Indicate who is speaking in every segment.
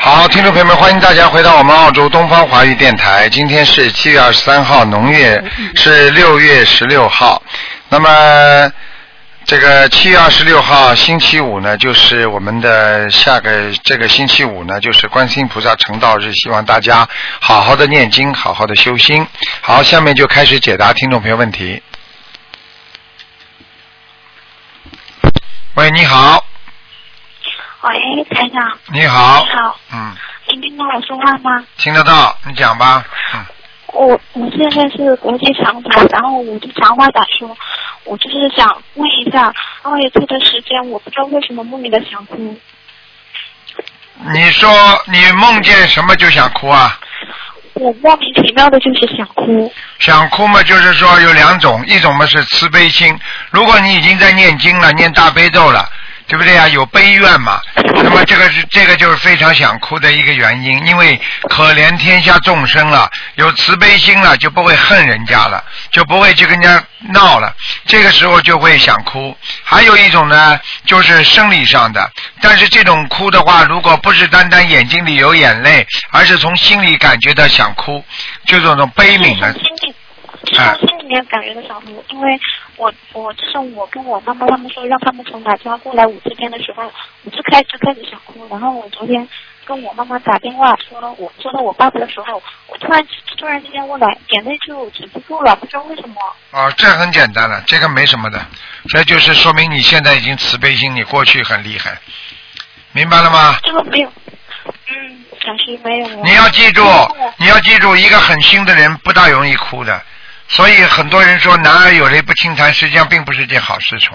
Speaker 1: 好，听众朋友们，欢迎大家回到我们澳洲东方华语电台。今天是七月二十三号，农历是六月十六号。那么，这个七月二十六号星期五呢，就是我们的下个这个星期五呢，就是观世音菩萨成道日，希望大家好好的念经，好好的修心。好，下面就开始解答听众朋友问题。喂，你好，
Speaker 2: 喂，台长，
Speaker 1: 你好
Speaker 2: 你，好，
Speaker 1: 嗯，
Speaker 2: 您听到我说话吗？
Speaker 1: 听得到，你讲吧，嗯。
Speaker 2: 我我现在是国际长跑，然后我就长话短说，我就是想问一下，因为这段时间我不知道为什么莫名的想哭，
Speaker 1: 你说你梦见什么就想哭啊？
Speaker 2: 我莫名其妙的就是想哭，
Speaker 1: 想哭嘛，就是说有两种，一种嘛是慈悲心。如果你已经在念经了，念大悲咒了，对不对啊？有悲愿嘛，那么这个是这个就是非常想哭的一个原因，因为可怜天下众生了，有慈悲心了，就不会恨人家了，就不会去跟人家闹了。这个时候就会想哭。还有一种呢，就是生理上的，但是这种哭的话，如果不是单单眼睛里有眼泪，而是从心里感觉到想哭，就这种悲悯
Speaker 2: 从
Speaker 1: 的。
Speaker 2: 心里。从心里面感觉到想哭，因为我我就是我跟我妈妈他们说让他们从老家过来我这边的时候，我就开始开始想哭。然后我昨天跟我妈妈打电话说我说到我爸爸的时候，我突然突然之间我来眼泪就止不住了，不知道为什么。
Speaker 1: 哦，这很简单了，这个没什么的，这就是说明你现在已经慈悲心，你过去很厉害，明白了吗？
Speaker 2: 这个没有，嗯，暂时没有啊。
Speaker 1: 你要记住
Speaker 2: 嗯，
Speaker 1: 你要记住，一个很凶的人不大容易哭的，所以很多人说男儿有泪不轻弹，实际上并不是件好事情。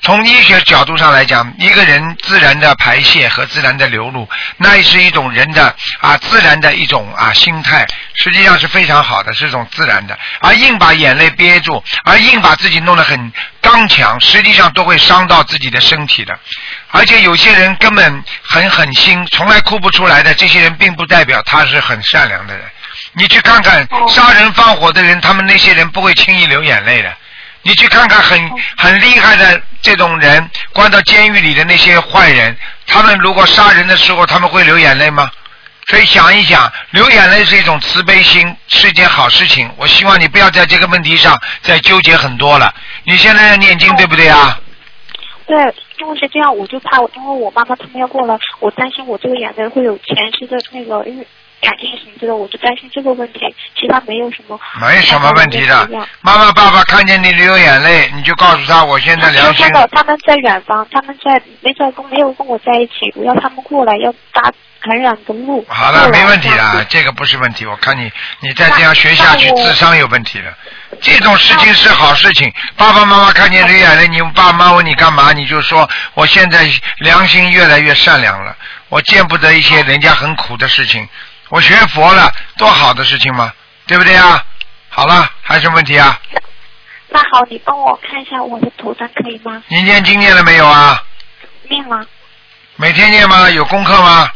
Speaker 1: 从医学角度上来讲，一个人自然的排泄和自然的流露，那是一种人的啊自然的一种啊心态，实际上是非常好的，是一种自然的。而硬把眼泪憋住，而硬把自己弄得很刚强，实际上都会伤到自己的身体的。而且有些人根本很狠心，从来哭不出来的，这些人并不代表他是很善良的人。你去看看
Speaker 2: 哦
Speaker 1: 杀人放火的人，他们那些人不会轻易流眼泪的。你去看看很很厉害的这种人，关到监狱里的那些坏人，他们如果杀人的时候，他们会流眼泪吗？所以想一想，流眼泪是一种慈悲心，是一件好事情。我希望你不要在这个问题上再纠结很多了。你现在在念经，对不对啊？
Speaker 2: 对，因为是这样，我就怕我，因为我妈妈他们要过来，我担心我这个眼泪会有前世的那个因为感应什么之类的，我就担心这个问题，其他没有什么。
Speaker 1: 没什么问题的。妈妈、爸爸看见你流眼泪，你就告诉他，我现在良心
Speaker 2: 看到他们在远方，他们在没在跟没有跟我在一起，我要他们过来，要搭很远的路。
Speaker 1: 好了，
Speaker 2: 过来
Speaker 1: 没问题
Speaker 2: 这样子
Speaker 1: 的，这个不是问题。我看你，你再这样学下去
Speaker 2: 那，我
Speaker 1: 智商有问题了。这种事情是好事情，爸爸妈妈看见流眼泪，你爸妈问你干嘛，你就说我现在良心越来越善良了，我见不得一些人家很苦的事情，我学佛了，多好的事情嘛，对不对啊？好了，还有什么问题啊？
Speaker 2: 那好，你帮我看一下我的头灯可以吗？
Speaker 1: 你念经念了没有啊？
Speaker 2: 念了
Speaker 1: 每天念吗？有功课吗？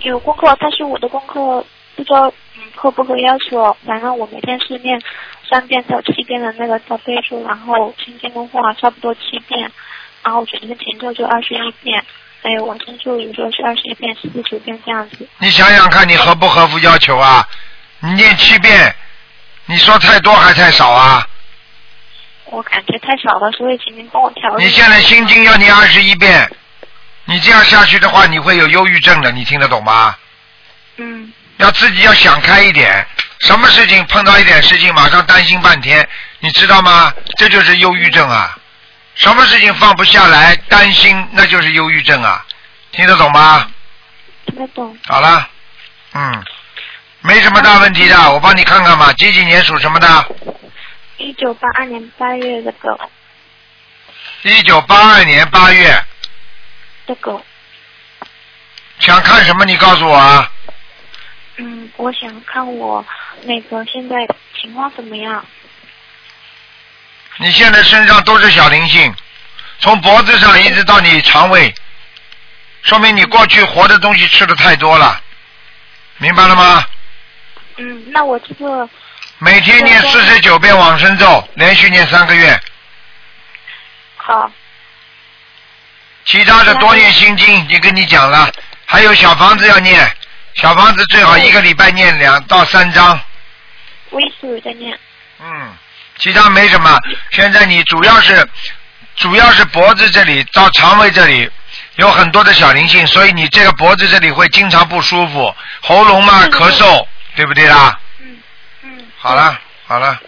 Speaker 2: 有功课，但是我的功课不知道嗯合不合要求，反正我每天是念三遍到七遍的那个小背书，然后心经功课差不多七遍，然后准提前咒就二十一遍，还有往生咒有时候是二十一遍、四十九遍这样子。
Speaker 1: 你想想看，你合不合乎要求啊？你念七遍，你说太多还太少啊？
Speaker 2: 我感觉太少了，所以请您帮我调整。
Speaker 1: 你现在心经要念二十一遍，你这样下去的话，你会有忧郁症的，你听得懂吗？
Speaker 2: 嗯，
Speaker 1: 要自己要想开一点，什么事情碰到一点事情，马上担心半天，你知道吗？这就是忧郁症啊！什么事情放不下来，担心，那就是忧郁症啊！听得懂吗？
Speaker 2: 听得懂。
Speaker 1: 好了，嗯，没什么大问题的，我帮你看看吧。几几年属什么的？
Speaker 2: 一九八二年八月的狗
Speaker 1: 一九八二年八月，
Speaker 2: 的狗，
Speaker 1: 想看什么？你告诉我啊！
Speaker 2: 嗯，我想看我那个现在情况怎么样？
Speaker 1: 你现在身上都是小灵性，从脖子上一直到你肠胃，说明你过去活的东西吃的太多了，明白了吗？
Speaker 2: 嗯，那我这个
Speaker 1: 每天念四十九遍往生咒，连续念三个月，
Speaker 2: 好。
Speaker 1: 其他的多念心经，已经跟你讲了，还有小房子要念，小房子最好一个礼拜念两到三章，
Speaker 2: 我一直有在念。
Speaker 1: 嗯，其他没什么。现在你主要是主要是脖子这里到肠胃这里有很多的小灵性，所以你这个脖子这里会经常不舒服，喉咙嘛
Speaker 2: 对对
Speaker 1: 咳嗽，对不对啦？
Speaker 2: 嗯嗯。
Speaker 1: 好了好了，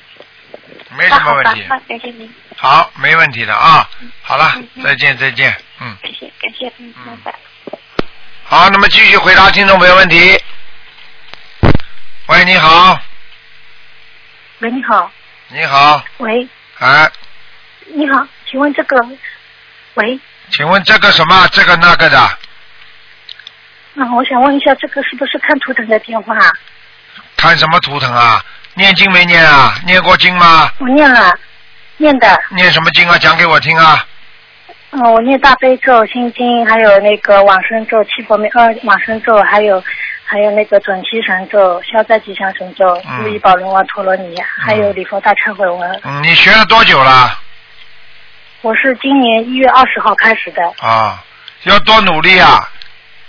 Speaker 1: 没
Speaker 2: 那
Speaker 1: 什
Speaker 2: 好
Speaker 1: 么
Speaker 2: 吧
Speaker 1: 问，题，
Speaker 2: 那感谢您，
Speaker 1: 好，没问题的啊。好了
Speaker 2: 嗯，嗯
Speaker 1: 再见再见，嗯。
Speaker 2: 感谢感谢，嗯，
Speaker 1: 嗯
Speaker 2: 拜拜。
Speaker 1: 好，那么继续回答听众朋友问题。喂，你好，
Speaker 3: 喂，你好，
Speaker 1: 你好，
Speaker 3: 喂，
Speaker 1: 哎，
Speaker 3: 你好，请问这个，喂，
Speaker 1: 请问这个什么这个那个的，
Speaker 3: 嗯，我想问一下，这个是不是看图腾的电话？
Speaker 1: 看什么图腾啊？念经没念啊？念过经吗？
Speaker 3: 我念了，念的，
Speaker 1: 念什么经啊？讲给我听啊！
Speaker 3: 嗯，我念大悲咒、心经，还有那个往生咒、七佛灭呃往生咒，还有还有那个准提神咒、消灾吉祥神咒、
Speaker 1: 嗯
Speaker 3: 如意宝轮王陀罗尼，还有礼佛大忏悔文。
Speaker 1: 嗯，你学了多久了？
Speaker 3: 我是今年一月二十号开始的。
Speaker 1: 啊，要多努力啊！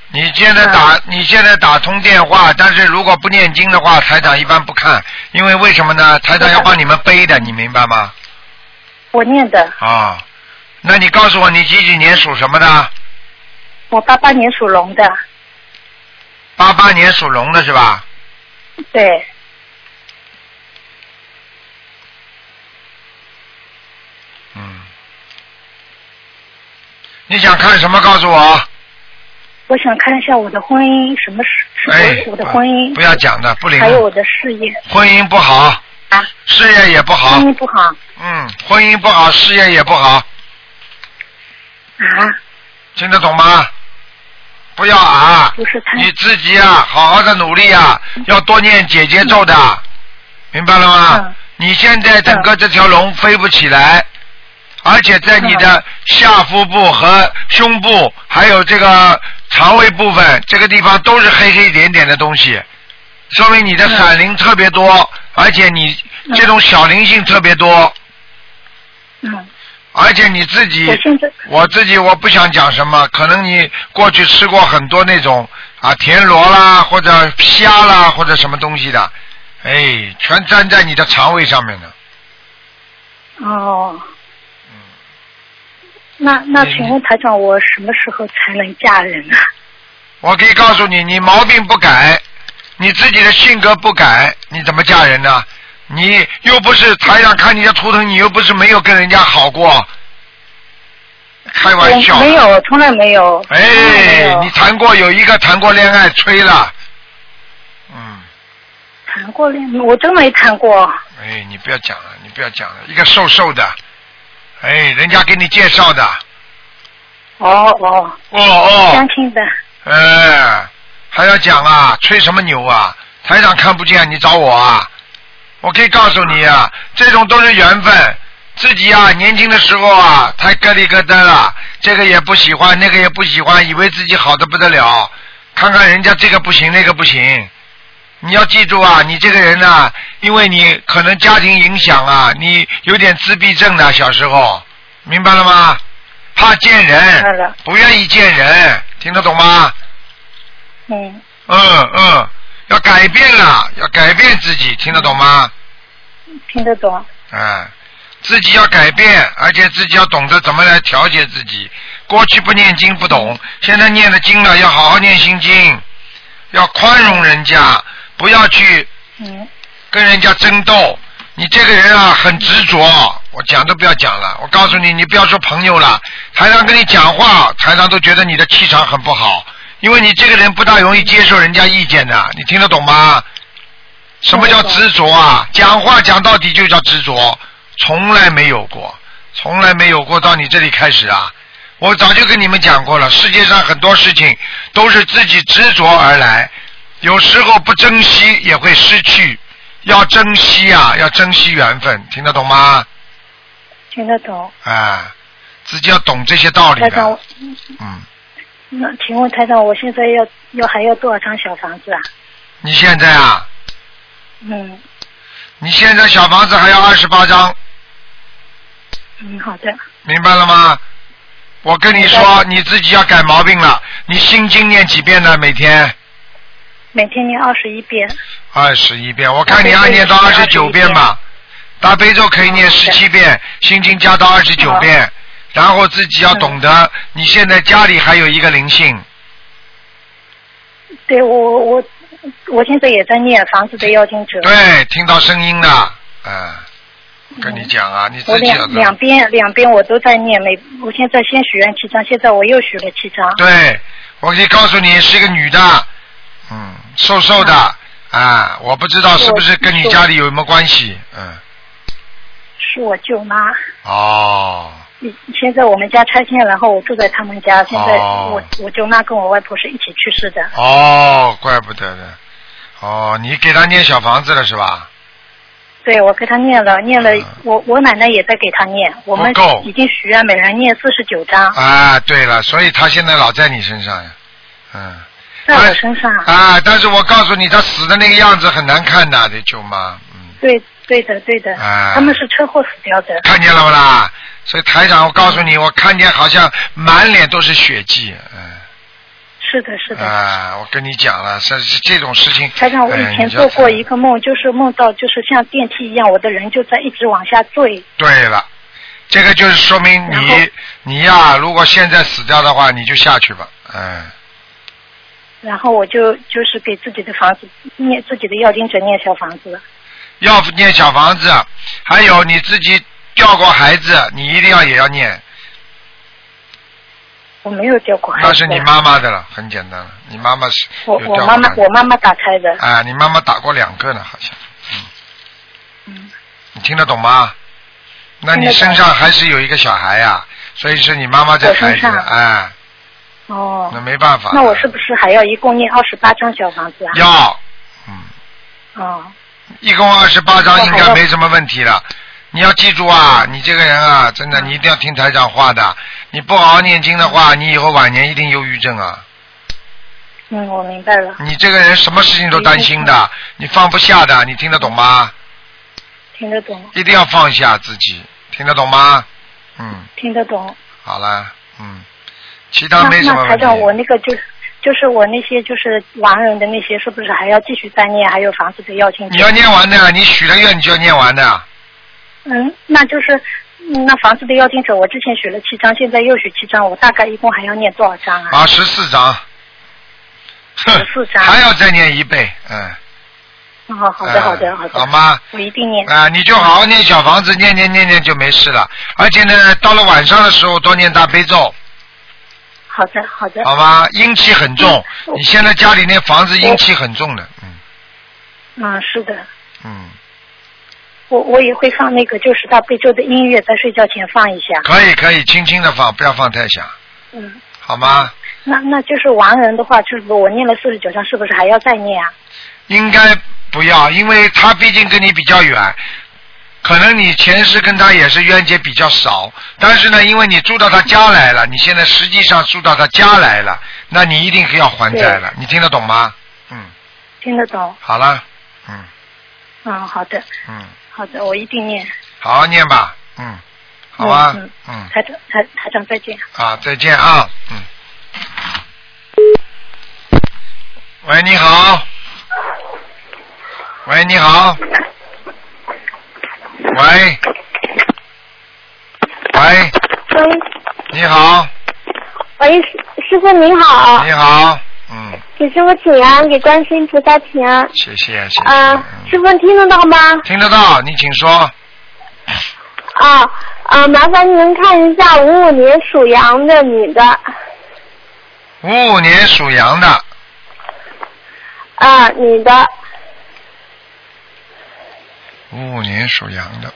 Speaker 1: 你现在打、
Speaker 3: 嗯
Speaker 1: 你现在打通电话，但是如果不念经的话，台长一般不看，因为为什么呢？台长要帮你们背 的，你明白吗？
Speaker 3: 我念的，
Speaker 1: 啊，那你告诉我你几几年属什么的？
Speaker 3: 我八八年属龙的，
Speaker 1: 八八年属龙的是吧？
Speaker 3: 对，
Speaker 1: 嗯。你想看什么？告诉我。
Speaker 3: 我想看一下我的婚姻什么是是
Speaker 1: 哎，
Speaker 3: 我的婚姻
Speaker 1: 啊不，要讲的，不灵
Speaker 3: 还。有我的事业
Speaker 1: 婚姻不好，
Speaker 3: 啊，
Speaker 1: 事业也不好
Speaker 3: 婚。姻不好
Speaker 1: 嗯，婚姻不好，事业也不好，
Speaker 3: 啊，
Speaker 1: 听得懂吗？不要啊！
Speaker 3: 不是太
Speaker 1: 你自己啊，好好的努力啊，
Speaker 3: 嗯
Speaker 1: 要多念姐姐咒的，明白了吗？
Speaker 3: 嗯
Speaker 1: 你现在整个这条龙飞不起来，而且在你
Speaker 3: 嗯
Speaker 1: 的下腹部和胸部，还有这个肠胃部分这个地方都是黑黑一点点的东西，说明你的
Speaker 3: 嗯
Speaker 1: 闪灵特别多，而且你这种小灵性特别多，
Speaker 3: 嗯，
Speaker 1: 而且你自己
Speaker 3: 我现在
Speaker 1: 我自己我不想讲什么，可能你过去吃过很多那种啊田螺啦，或者虾啦，或者什么东西的，哎，全粘在你的肠胃上面的。
Speaker 3: 哦，那那
Speaker 1: 嗯你
Speaker 3: 请问台长，我什么时候才能嫁人啊？
Speaker 1: 我可以告诉你，你毛病不改，你自己的性格不改，你怎么嫁人呢？你又不是台上看你的图腾，你又不是没有跟人家好过，开玩笑啊
Speaker 3: 我。没有，从来没有。从来没
Speaker 1: 哎
Speaker 3: 有，
Speaker 1: 你谈过有一个谈过恋爱，吹了。嗯。
Speaker 3: 谈过恋爱？我真没谈过。
Speaker 1: 哎，你不要讲了，你不要讲了，一个瘦瘦的，哎，人家给你介绍的，
Speaker 3: 哦哦，
Speaker 1: 哦
Speaker 3: 相
Speaker 1: 哦，
Speaker 3: 亲的。
Speaker 1: 哎，还要讲啊，吹什么牛啊？台长看不见，你找我啊？我可以告诉你啊，这种都是缘分，自己啊，年轻的时候啊，太咯里咯噔了，这个也不喜欢，那个也不喜欢，以为自己好的不得了，看看人家这个不行，那个不行。你要记住啊，你这个人呐、因为你可能家庭影响啊，你有点自闭症的，小时候，明白了吗？怕见
Speaker 3: 明白
Speaker 1: 人
Speaker 3: 了，
Speaker 1: 不愿意见人，听得懂吗？
Speaker 3: 嗯，
Speaker 1: 嗯嗯，要改变了，要改变自己，听得懂吗？
Speaker 3: 听得懂。
Speaker 1: 嗯，自己要改变，而且自己要懂得怎么来调节自己。过去不念经不懂，现在念了经了，要好好念心经，要宽容人家，不要去
Speaker 3: 嗯，
Speaker 1: 跟人家争斗。你这个人啊，很执着，我讲都不要讲了。我告诉你，你不要说朋友了，台上跟你讲话，台上都觉得你的气场很不好，因为你这个人不大容易接受人家意见的，你听得懂吗？什么叫执着啊？讲话讲到底就叫执着，从来没有过，从来没有过到你这里开始啊！我早就跟你们讲过了，世界上很多事情都是自己执着而来，有时候不珍惜也会失去，要珍惜啊，要珍惜缘分，听得懂吗？
Speaker 3: 听得懂。
Speaker 1: 啊，自己要懂这些道理
Speaker 3: 台长
Speaker 1: 的，，嗯。
Speaker 3: 那请问台长，我现在要要还要多少张小房子啊？
Speaker 1: 你现在啊，
Speaker 3: 嗯
Speaker 1: 你现在小房子还要二十八张，
Speaker 3: 嗯，好的。
Speaker 1: 明白了吗？我跟你
Speaker 3: 明白
Speaker 1: 说，你自己要改毛病了。你心经念几遍呢？每天
Speaker 3: 每天念二十一遍。
Speaker 1: 二十一遍，我看你要念到二十九遍嗯吧。大悲咒可以念十七遍，心经加到二十九遍，然后自己要懂得，你现在家里还有一个灵性，
Speaker 3: 对我我我现在也在念房子的要经者。
Speaker 1: 对，听到声音了，嗯，跟你讲啊，你
Speaker 3: 我
Speaker 1: 自己要
Speaker 3: 两两边两边我都在念，每我现在先许愿七张，现在我又许了七张。
Speaker 1: 对，我可以告诉你是一个女的，嗯，瘦瘦的，
Speaker 3: 嗯
Speaker 1: 啊，我不知道是不是跟你家里有什么关系，嗯，
Speaker 3: 是我舅妈。
Speaker 1: 哦，
Speaker 3: 以现在我们家拆迁，然后我住在他们家。现在
Speaker 1: 哦
Speaker 3: 我、我舅妈跟我外婆是一起去世的。
Speaker 1: 哦，怪不得的，哦，你给她念小房子了是吧？
Speaker 3: 对，我给她念了，念了，
Speaker 1: 嗯
Speaker 3: 我我奶奶也在给她念。我们
Speaker 1: 不够
Speaker 3: 已经许愿每人念四十九章，
Speaker 1: 啊，对了，所以她现在老在你身上呀，嗯。
Speaker 3: 在我身上。
Speaker 1: 啊，但是我告诉你，他死的那个样子很难看的，这舅妈，嗯，
Speaker 3: 对对的对的、
Speaker 1: 啊
Speaker 3: 他们是车祸死掉的。
Speaker 1: 看见了不啦？所以台长，我告诉你，
Speaker 3: 嗯
Speaker 1: 我看见好像满脸都是血迹，嗯，
Speaker 3: 是的是的。
Speaker 1: 啊，我跟你讲了，这这种事情，
Speaker 3: 台长，我
Speaker 1: 哎
Speaker 3: 以前
Speaker 1: 你就
Speaker 3: 做过一个梦，就是梦到就是像电梯一样，我的人就在一直往下坠。
Speaker 1: 对了，这个就是说明
Speaker 3: 然后
Speaker 1: 你你呀、如果现在死掉的话，你就下去吧，嗯，
Speaker 3: 然后我就就是给自己的房子念自己的要经者念小房子，
Speaker 1: 要念小房子，还有你自己掉过孩子，你一定要也要念，
Speaker 3: 我没有掉过孩子。
Speaker 1: 那是你妈妈的了，很简单了，你妈妈是
Speaker 3: 我
Speaker 1: 有
Speaker 3: 我
Speaker 1: 掉
Speaker 3: 妈
Speaker 1: 过
Speaker 3: 妈
Speaker 1: 孩子
Speaker 3: 我妈妈打开的，
Speaker 1: 啊，你妈妈打过两个呢，好像。
Speaker 3: 嗯。
Speaker 1: 你听得懂吗？那你身上还是有一个小孩呀、所以是你妈妈在孩
Speaker 3: 我身
Speaker 1: 子，
Speaker 3: 上
Speaker 1: 哎，
Speaker 3: 哦
Speaker 1: 那，没办法。
Speaker 3: 那我是不是还要一共念二十八张小房子啊？
Speaker 1: 要，嗯，
Speaker 3: 哦，
Speaker 1: 一共二十八张
Speaker 3: 我
Speaker 1: 应
Speaker 3: 还
Speaker 1: 该
Speaker 3: 要
Speaker 1: 没什么问题了。你要记住啊，你这个人啊，真的，你一定要听台长话的。你不好好念经的话，你以后晚年一定忧郁症啊。
Speaker 3: 嗯，我明白了，
Speaker 1: 你这个人什么事情都担心的，你放不下的，你听得懂吗？
Speaker 3: 听得懂，
Speaker 1: 一定要放下自己，听得懂吗？嗯，
Speaker 3: 听得懂。
Speaker 1: 好啦，嗯，其
Speaker 3: 那
Speaker 1: 他没什么
Speaker 3: 那台
Speaker 1: 问题。
Speaker 3: 长，我那个就是就是我那些就是亡人的那些，是不是还要继续再念？还有房子的要请。
Speaker 1: 你要念完的，你许了愿你就要念完的。
Speaker 3: 嗯，那就是嗯那房子的要经者，我之前许了七张，现在又许七张，我大概一共还要念多少张啊？
Speaker 1: 啊，十四章。哼
Speaker 3: 14章
Speaker 1: 还要再念一倍，嗯。
Speaker 3: 嗯，好好的
Speaker 1: 嗯
Speaker 3: 好的好的，
Speaker 1: 好吗？
Speaker 3: 我一定念。
Speaker 1: 啊、你就好好念小房子，念念念念就没事了。而且呢，到了晚上的时候多念大悲咒，
Speaker 3: 好的好的，
Speaker 1: 好吗？阴气很重，
Speaker 3: 嗯
Speaker 1: 你现在家里那房子阴气很重的，嗯
Speaker 3: 嗯，是的。
Speaker 1: 嗯，
Speaker 3: 我我也会放那个就是大悲咒的音乐，在睡觉前放一下。
Speaker 1: 可以可以，轻轻的放，不要放太响，
Speaker 3: 嗯，
Speaker 1: 好吗？
Speaker 3: 那那就是亡人的话，就是我念了四十九章，是不是还要再念啊？
Speaker 1: 应该不要，因为他毕竟跟你比较远，可能你前世跟他也是冤结比较少，但是呢，因为你住到他家来了，你现在实际上住到他家来了，那你一定是要还债了，你听得懂吗？嗯，
Speaker 3: 听得懂？
Speaker 1: 好了，嗯
Speaker 3: 嗯，好的
Speaker 1: 嗯，
Speaker 3: 好的，我一定念。
Speaker 1: 好好念吧，嗯，好吧，
Speaker 3: 嗯
Speaker 1: 嗯
Speaker 3: 台长台台长再见。
Speaker 1: 啊，再见啊，嗯。喂，你好。喂，你好。喂。喂，
Speaker 4: 喂，
Speaker 1: 你好，
Speaker 4: 嗯喂，师师傅您好，
Speaker 1: 你好，嗯，
Speaker 4: 给师傅请安，给观世音菩萨请安。
Speaker 1: 谢谢，谢谢。
Speaker 4: 啊、
Speaker 1: 嗯
Speaker 4: 师傅听得到吗？
Speaker 1: 听得到，你请说。
Speaker 4: 啊啊，麻烦您看一下五五年属羊的女的，
Speaker 1: 五五年属羊的，
Speaker 4: 啊，女的，
Speaker 1: 五五年属羊的。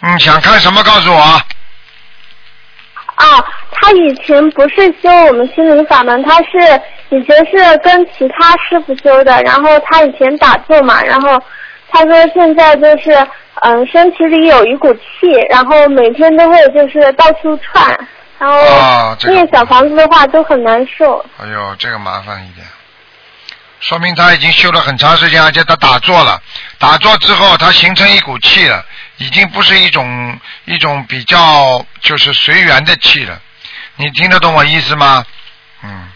Speaker 1: 嗯，想看什么告诉我？
Speaker 4: 啊，她以前不是修我们心灵法门，她是以前是跟其他师傅修的，然后她以前打坐嘛，然后她说现在就是嗯，身体里有一股气，然后每天都会就是到处窜，然
Speaker 1: 哦
Speaker 4: 后
Speaker 1: 这个
Speaker 4: 念小房子的话都很难受。
Speaker 1: 哎呦，这个麻烦一点，说明他已经修了很长时间，而且他打坐了，打坐之后他形成一股气了，已经不是一种一种比较就是随缘的气了。你听得懂我意思吗？嗯，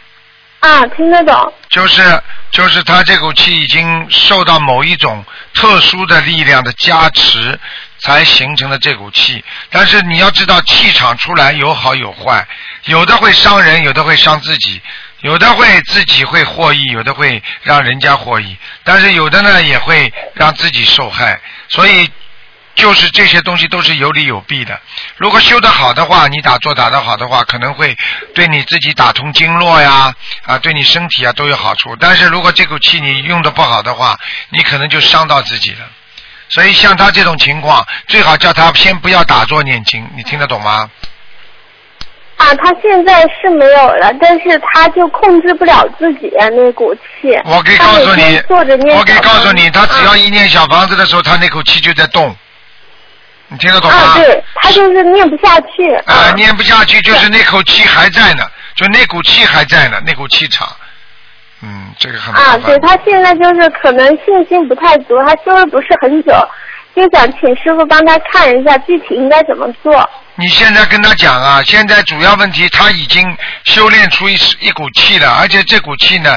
Speaker 4: 啊，听得懂。
Speaker 1: 就是就是他这口气已经受到某一种特殊的力量的加持，才形成了这股气。但是你要知道，气场出来有好有坏，有的会伤人，有的会伤自己，有的会自己会获益，有的会让人家获益，但是有的呢也会让自己受害。所以就是这些东西都是有利有弊的。如果修得好的话，你打坐打得好的话，可能会对你自己打通经络呀，啊，对你身体啊都有好处。但是如果这口气你用的不好的话，你可能就伤到自己了。所以像他这种情况，最好叫他先不要打坐念经，你听得懂吗？
Speaker 4: 啊，他现在是没有了，但是他就控制不了自己那股气。
Speaker 1: 我可以告诉
Speaker 4: 他每
Speaker 1: 你
Speaker 4: 天坐着，念。
Speaker 1: 我可以告诉你，他只要
Speaker 4: 啊
Speaker 1: 一念小房子的时候，他那口气就在动，你听得懂吗？
Speaker 4: 啊，对，他就是念不下去。
Speaker 1: 啊，念不下去就是那口气还在呢，就那股气还在呢，那股气场，嗯，这个很麻
Speaker 4: 啊，
Speaker 1: 烦。
Speaker 4: 对他现在就是可能信心不太足，他修了不是很久，就想请师傅帮他看一下具体应该怎么做。
Speaker 1: 你现在跟他讲啊，现在主要问题他已经修炼出一一股气了，而且这股气呢，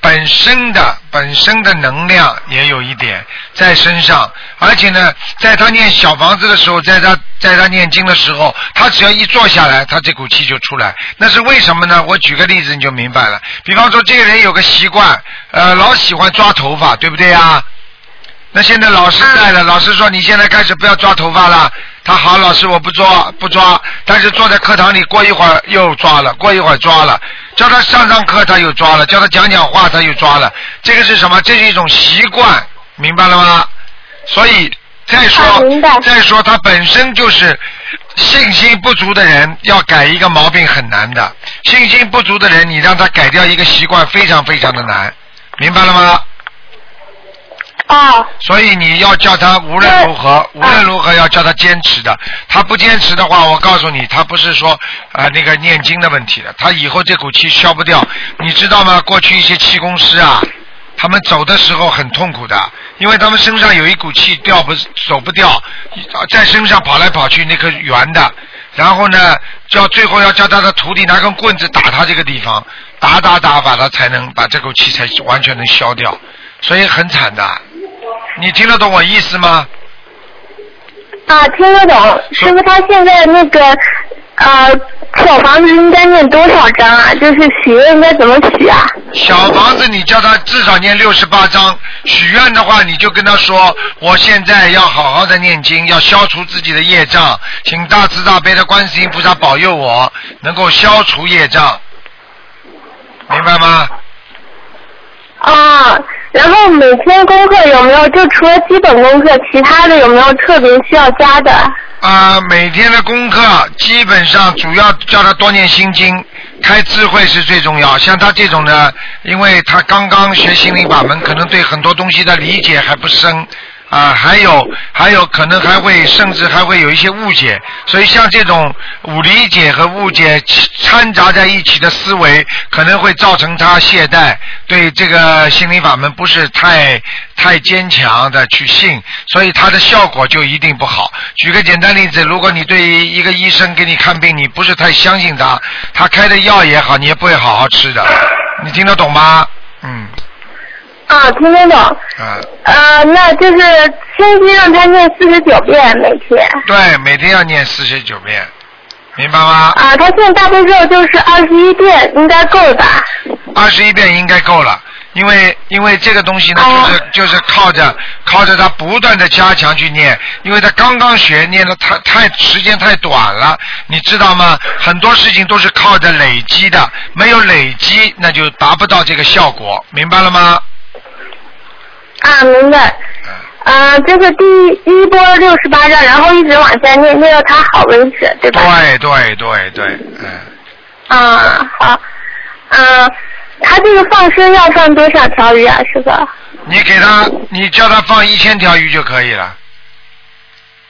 Speaker 1: 本身的本身的能量也有一点在身上，而且呢，在他念小房子的时候，在他在他念经的时候，他只要一坐下来，他这股气就出来。那是为什么呢？我举个例子你就明白了。比方说，这个人有个习惯，呃，老喜欢抓头发，对不对啊呀、那现在老师在
Speaker 4: 啊
Speaker 1: 了，老师说你现在开始不要抓头发了。他好，老师我不抓不抓，但是坐在课堂里，过一会儿又抓了，过一会儿抓了，叫他上上课他又抓了，叫他讲讲话他又抓了，这个是什么？这是一种习惯，明白了吗？所以再说、
Speaker 4: 啊明白
Speaker 1: 再说他本身就是信心不足的人，要改一个毛病很难的。信心不足的人，你让他改掉一个习惯，非常非常的难，明白了吗？
Speaker 4: 啊
Speaker 1: 所以你要叫他无论如何，无
Speaker 4: 那
Speaker 1: 论如何要叫他坚持的。他不坚持的话，我告诉你，他不是说啊、呃那个念经的问题了，他以后这口气消不掉，你知道吗？过去一些气功师啊，他们走的时候很痛苦的，因为他们身上有一股气掉不走不掉，在身上跑来跑去那颗圆的，然后呢，叫最后要叫他的徒弟拿根棍子打他这个地方，打打打，把他才能把这口气才完全能消掉，所以很惨的。你听得懂我意思吗？
Speaker 4: 啊，听得懂。师傅，他现在那个呃，小房子应该念多少章啊？就是许愿应该怎么许啊？
Speaker 1: 小房子，你叫他至少念六十八章。许愿的话，你就跟他说：“我现在要好好的念经，要消除自己的业障，请大慈大悲的观世音菩萨保佑我能够消除业障。”明白吗？
Speaker 4: 啊，然后每天功课有没有？就除了基本功课，其他的有没有特别需要加的？
Speaker 1: 啊、每天的功课基本上主要叫他多念心经，开智慧是最重要。像他这种呢，因为他刚刚学心灵法门，可能对很多东西的理解还不深。啊，还有还有，可能还会甚至还会有一些误解，所以像这种无理解和误解掺杂在一起的思维，可能会造成他懈怠，对这个心灵法门不是太太坚强的去信，所以它的效果就一定不好。举个简单例子，如果你对于一个医生给你看病，你不是太相信他，他开的药也好，你也不会好好吃的，你听得懂吗？嗯，
Speaker 4: 啊，听得懂。
Speaker 1: 啊、
Speaker 4: 呃，那就是星期让他念四十九遍每天。
Speaker 1: 对，每天要念四十九遍，明白吗？
Speaker 4: 啊，他现在大悲咒就是二十一遍，应该够吧？
Speaker 1: 二十一遍应该够了，因为因为这个东西呢，
Speaker 4: 哦
Speaker 1: 就是就是靠着靠着他不断的加强去念，因为他刚刚学念的太太时间太短了，你知道吗？很多事情都是靠着累积的，没有累积那就达不到这个效果，明白了吗？
Speaker 4: 啊，明白。
Speaker 1: 嗯，
Speaker 4: 呃，就是第一波六十八张，然后一直往下念，念到他好为止，对吧？
Speaker 1: 对对对对，嗯。
Speaker 4: 啊，好。嗯，他这个放生要放多少条鱼啊，师傅？
Speaker 1: 你给他，你叫他放一千条鱼就可以了。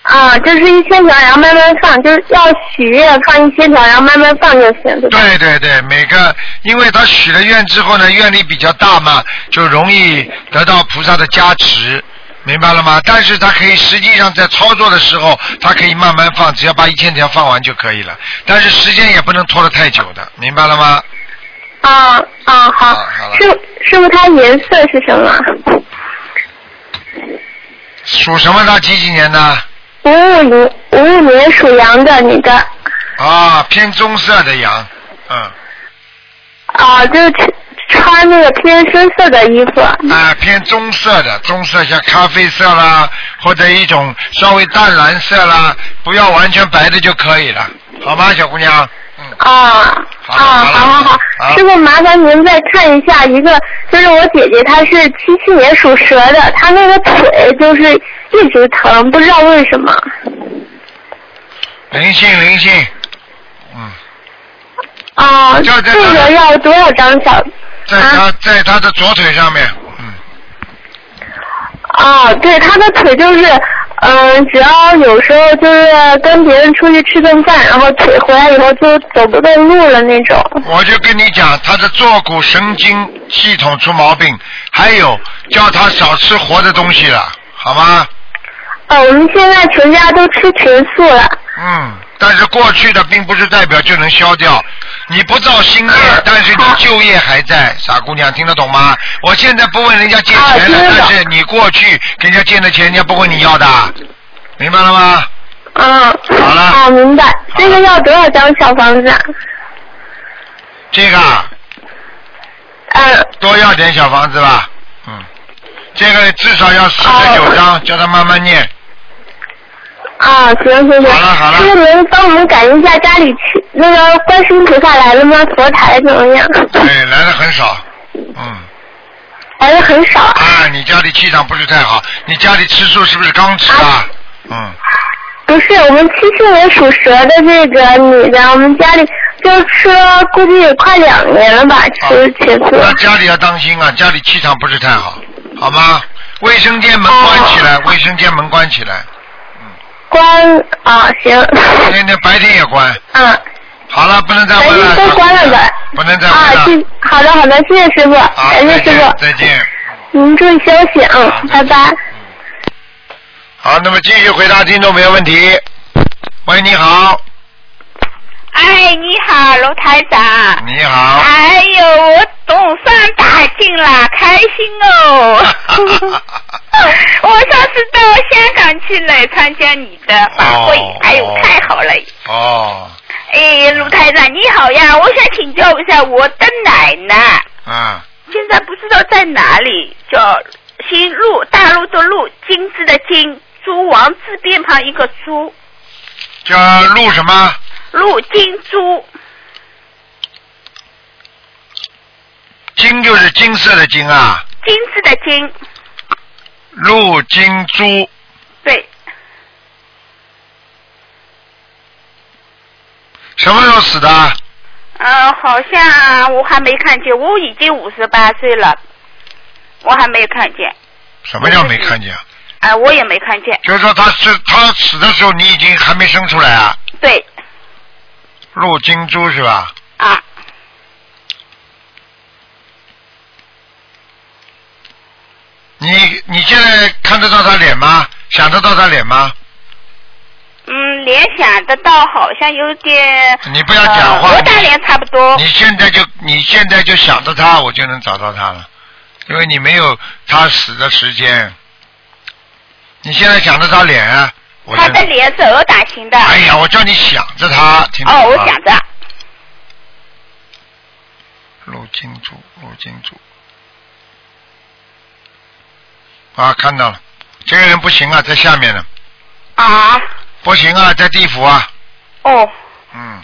Speaker 4: 啊，就是一千条，然后慢慢放，就是要许愿放一千条，然后慢慢放就行，对吧？
Speaker 1: 对对对，每个，因为他许了愿之后呢，愿力比较大嘛，就容易得到菩萨的加持。明白了吗？但是他可以实际上在操作的时候，他可以慢慢放，只要把一千条放完就可以了。但是时间也不能拖得太久的，明白了吗？
Speaker 4: 啊啊好
Speaker 1: 啊好了，
Speaker 4: 师傅师傅，它颜色是什么？
Speaker 1: 属什么的？几几年的？
Speaker 4: 五五零五五年属羊的女的，
Speaker 1: 啊，偏棕色的羊，嗯，
Speaker 4: 啊，就是穿穿那个偏深色的衣服，
Speaker 1: 啊，偏棕色的，棕色像咖啡色啦，或者一种稍微淡蓝色啦，不要完全白的就可以了，好吗，小姑娘？嗯，
Speaker 4: 啊
Speaker 1: 好了好
Speaker 4: 啊，
Speaker 1: 了
Speaker 4: 好好
Speaker 1: 好
Speaker 4: 好，师傅麻烦您再看一下一个，就是我姐姐她是七七年属蛇的，她那个腿就是一直疼，不知道为什么。
Speaker 1: 灵性灵性，嗯，
Speaker 4: 啊，
Speaker 1: 就
Speaker 4: 这
Speaker 1: 这个
Speaker 4: 个要多少张小？
Speaker 1: 在
Speaker 4: 啊
Speaker 1: 他在他的左腿上面，嗯，
Speaker 4: 哦，对，他的腿就是，嗯、只要有时候就是跟别人出去吃顿饭，然后腿回来以后就走不动路了那种。
Speaker 1: 我就跟你讲，他的坐骨神经系统出毛病，还有叫他少吃活的东西了，好吗？
Speaker 4: 哦，我们现在全家都吃全素了。
Speaker 1: 嗯，但是过去的并不是代表就能消掉，你不造新业，但是你旧业还在。傻姑娘，听得懂吗？我现在不问人家借钱了，
Speaker 4: 啊听得懂
Speaker 1: 但是你过去给人家借的钱，人家不问你要的，明白了吗？
Speaker 4: 啊，
Speaker 1: 好了
Speaker 4: 啊，明白。这个要多少张小房子啊？
Speaker 1: 这个啊
Speaker 4: 嗯，
Speaker 1: 多要点小房子吧，嗯，这个至少要四十九张，叫他慢慢念。
Speaker 4: 啊，行行行。
Speaker 1: 好了好了
Speaker 4: 这个能帮我们感应一下家里去那个观世音菩萨来了吗？佛台怎么样？
Speaker 1: 对，哎来的很少，嗯，
Speaker 4: 来的很少啊。
Speaker 1: 啊，你家里气场不是太好，你家里吃素是不是刚吃啊？嗯。
Speaker 4: 不是，我们七七年属蛇的这个女的，我们家里就吃了估计也快两年了吧，吃茄
Speaker 1: 那
Speaker 4: 子。
Speaker 1: 家里要当心啊，家里气场不是太好，好吗？卫生间门关起
Speaker 4: 哦
Speaker 1: 来，卫生间门关起来，
Speaker 4: 关啊，行，
Speaker 1: 那那白天也关。
Speaker 4: 嗯，
Speaker 1: 好了，不能再
Speaker 4: 白
Speaker 1: 问了，
Speaker 4: 天都关了的。
Speaker 1: 不能再
Speaker 4: 啊，
Speaker 1: 问
Speaker 4: 谢
Speaker 1: 了。，
Speaker 4: 好的好的，谢谢师傅，
Speaker 1: 好，
Speaker 4: 啊感谢
Speaker 1: 再
Speaker 4: 师
Speaker 1: 见，
Speaker 4: 傅，
Speaker 1: 再见。
Speaker 4: 您注意休息，嗯
Speaker 1: 好，
Speaker 4: 拜拜。
Speaker 1: 好，那么继续回答听众朋友问题。喂，你好，
Speaker 5: 哎，你好，卢台长。
Speaker 1: 你 好。
Speaker 5: 哎呦，我总算打进了，开心哦！ 我上次到香港去了，参加你的法会，
Speaker 1: 哦
Speaker 5: 哎呦，太好了！
Speaker 1: 哦，
Speaker 5: 哎，卢台长你好呀，我想请教一下我的奶奶，
Speaker 1: 嗯，
Speaker 5: 现在不知道在哪里，叫新陆大陆的陆，金字的金，猪王字边旁一个猪，
Speaker 1: 叫陆什么？
Speaker 5: 陆金珠，
Speaker 1: 金就是金色的金啊，
Speaker 5: 金字的金，
Speaker 1: 陆金珠，
Speaker 5: 对，
Speaker 1: 什么时候死的？
Speaker 5: 呃，好像我还没看见，我已经五十八岁了，我还没有看见，
Speaker 1: 什么叫没看见啊？
Speaker 5: 啊、我也没看见，
Speaker 1: 就是说他是他死的时候，你已经还没生出来啊？
Speaker 5: 对，
Speaker 1: 陆金珠是吧？
Speaker 5: 啊，
Speaker 1: 你你现在看得到他脸吗？想得到他脸吗？
Speaker 5: 嗯，联想得到好像有点，
Speaker 1: 你不要讲话
Speaker 5: 呃、我
Speaker 1: 你
Speaker 5: 大脸差不多，
Speaker 1: 你现在就你现在就想着他，我就能找到他了，因为你没有他死的时间。你现在想着他脸啊，我
Speaker 5: 他
Speaker 1: 就
Speaker 5: 的脸是鹅打型的，
Speaker 1: 哎呀，我叫你想着他，听得
Speaker 5: 哦，
Speaker 1: 懂
Speaker 5: 我
Speaker 1: 吗
Speaker 5: 想着，
Speaker 1: 陆金珠，陆金珠。啊，看到了，这个人不行啊，在下面呢，
Speaker 5: 啊，
Speaker 1: 不行啊，在地府啊，
Speaker 5: 哦，
Speaker 1: 嗯。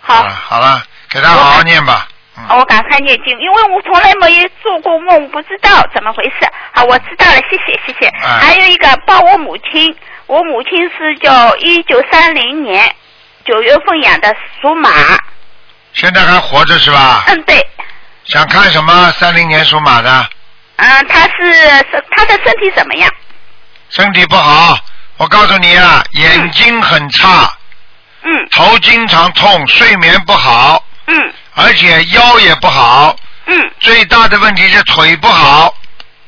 Speaker 5: 好。
Speaker 1: 了好了，给他好好念吧。嗯，
Speaker 5: 哦我赶快念经，因为我从来没有做过梦，不知道怎么回事。好，我知道了，谢谢谢谢。
Speaker 1: 哎
Speaker 5: 还有一个帮我母亲，我母亲是叫一九三零年九月份养的属马。
Speaker 1: 现在还活着是吧？
Speaker 5: 嗯，对，
Speaker 1: 想看什么？三零年属马的，
Speaker 5: 嗯，她是是她的身体怎么样？
Speaker 1: 身体不好。我告诉你啊，眼睛很差，
Speaker 5: 嗯
Speaker 1: 头经常痛，睡眠不好，
Speaker 5: 嗯
Speaker 1: 而且腰也不好，
Speaker 5: 嗯，
Speaker 1: 最大的问题是腿不好，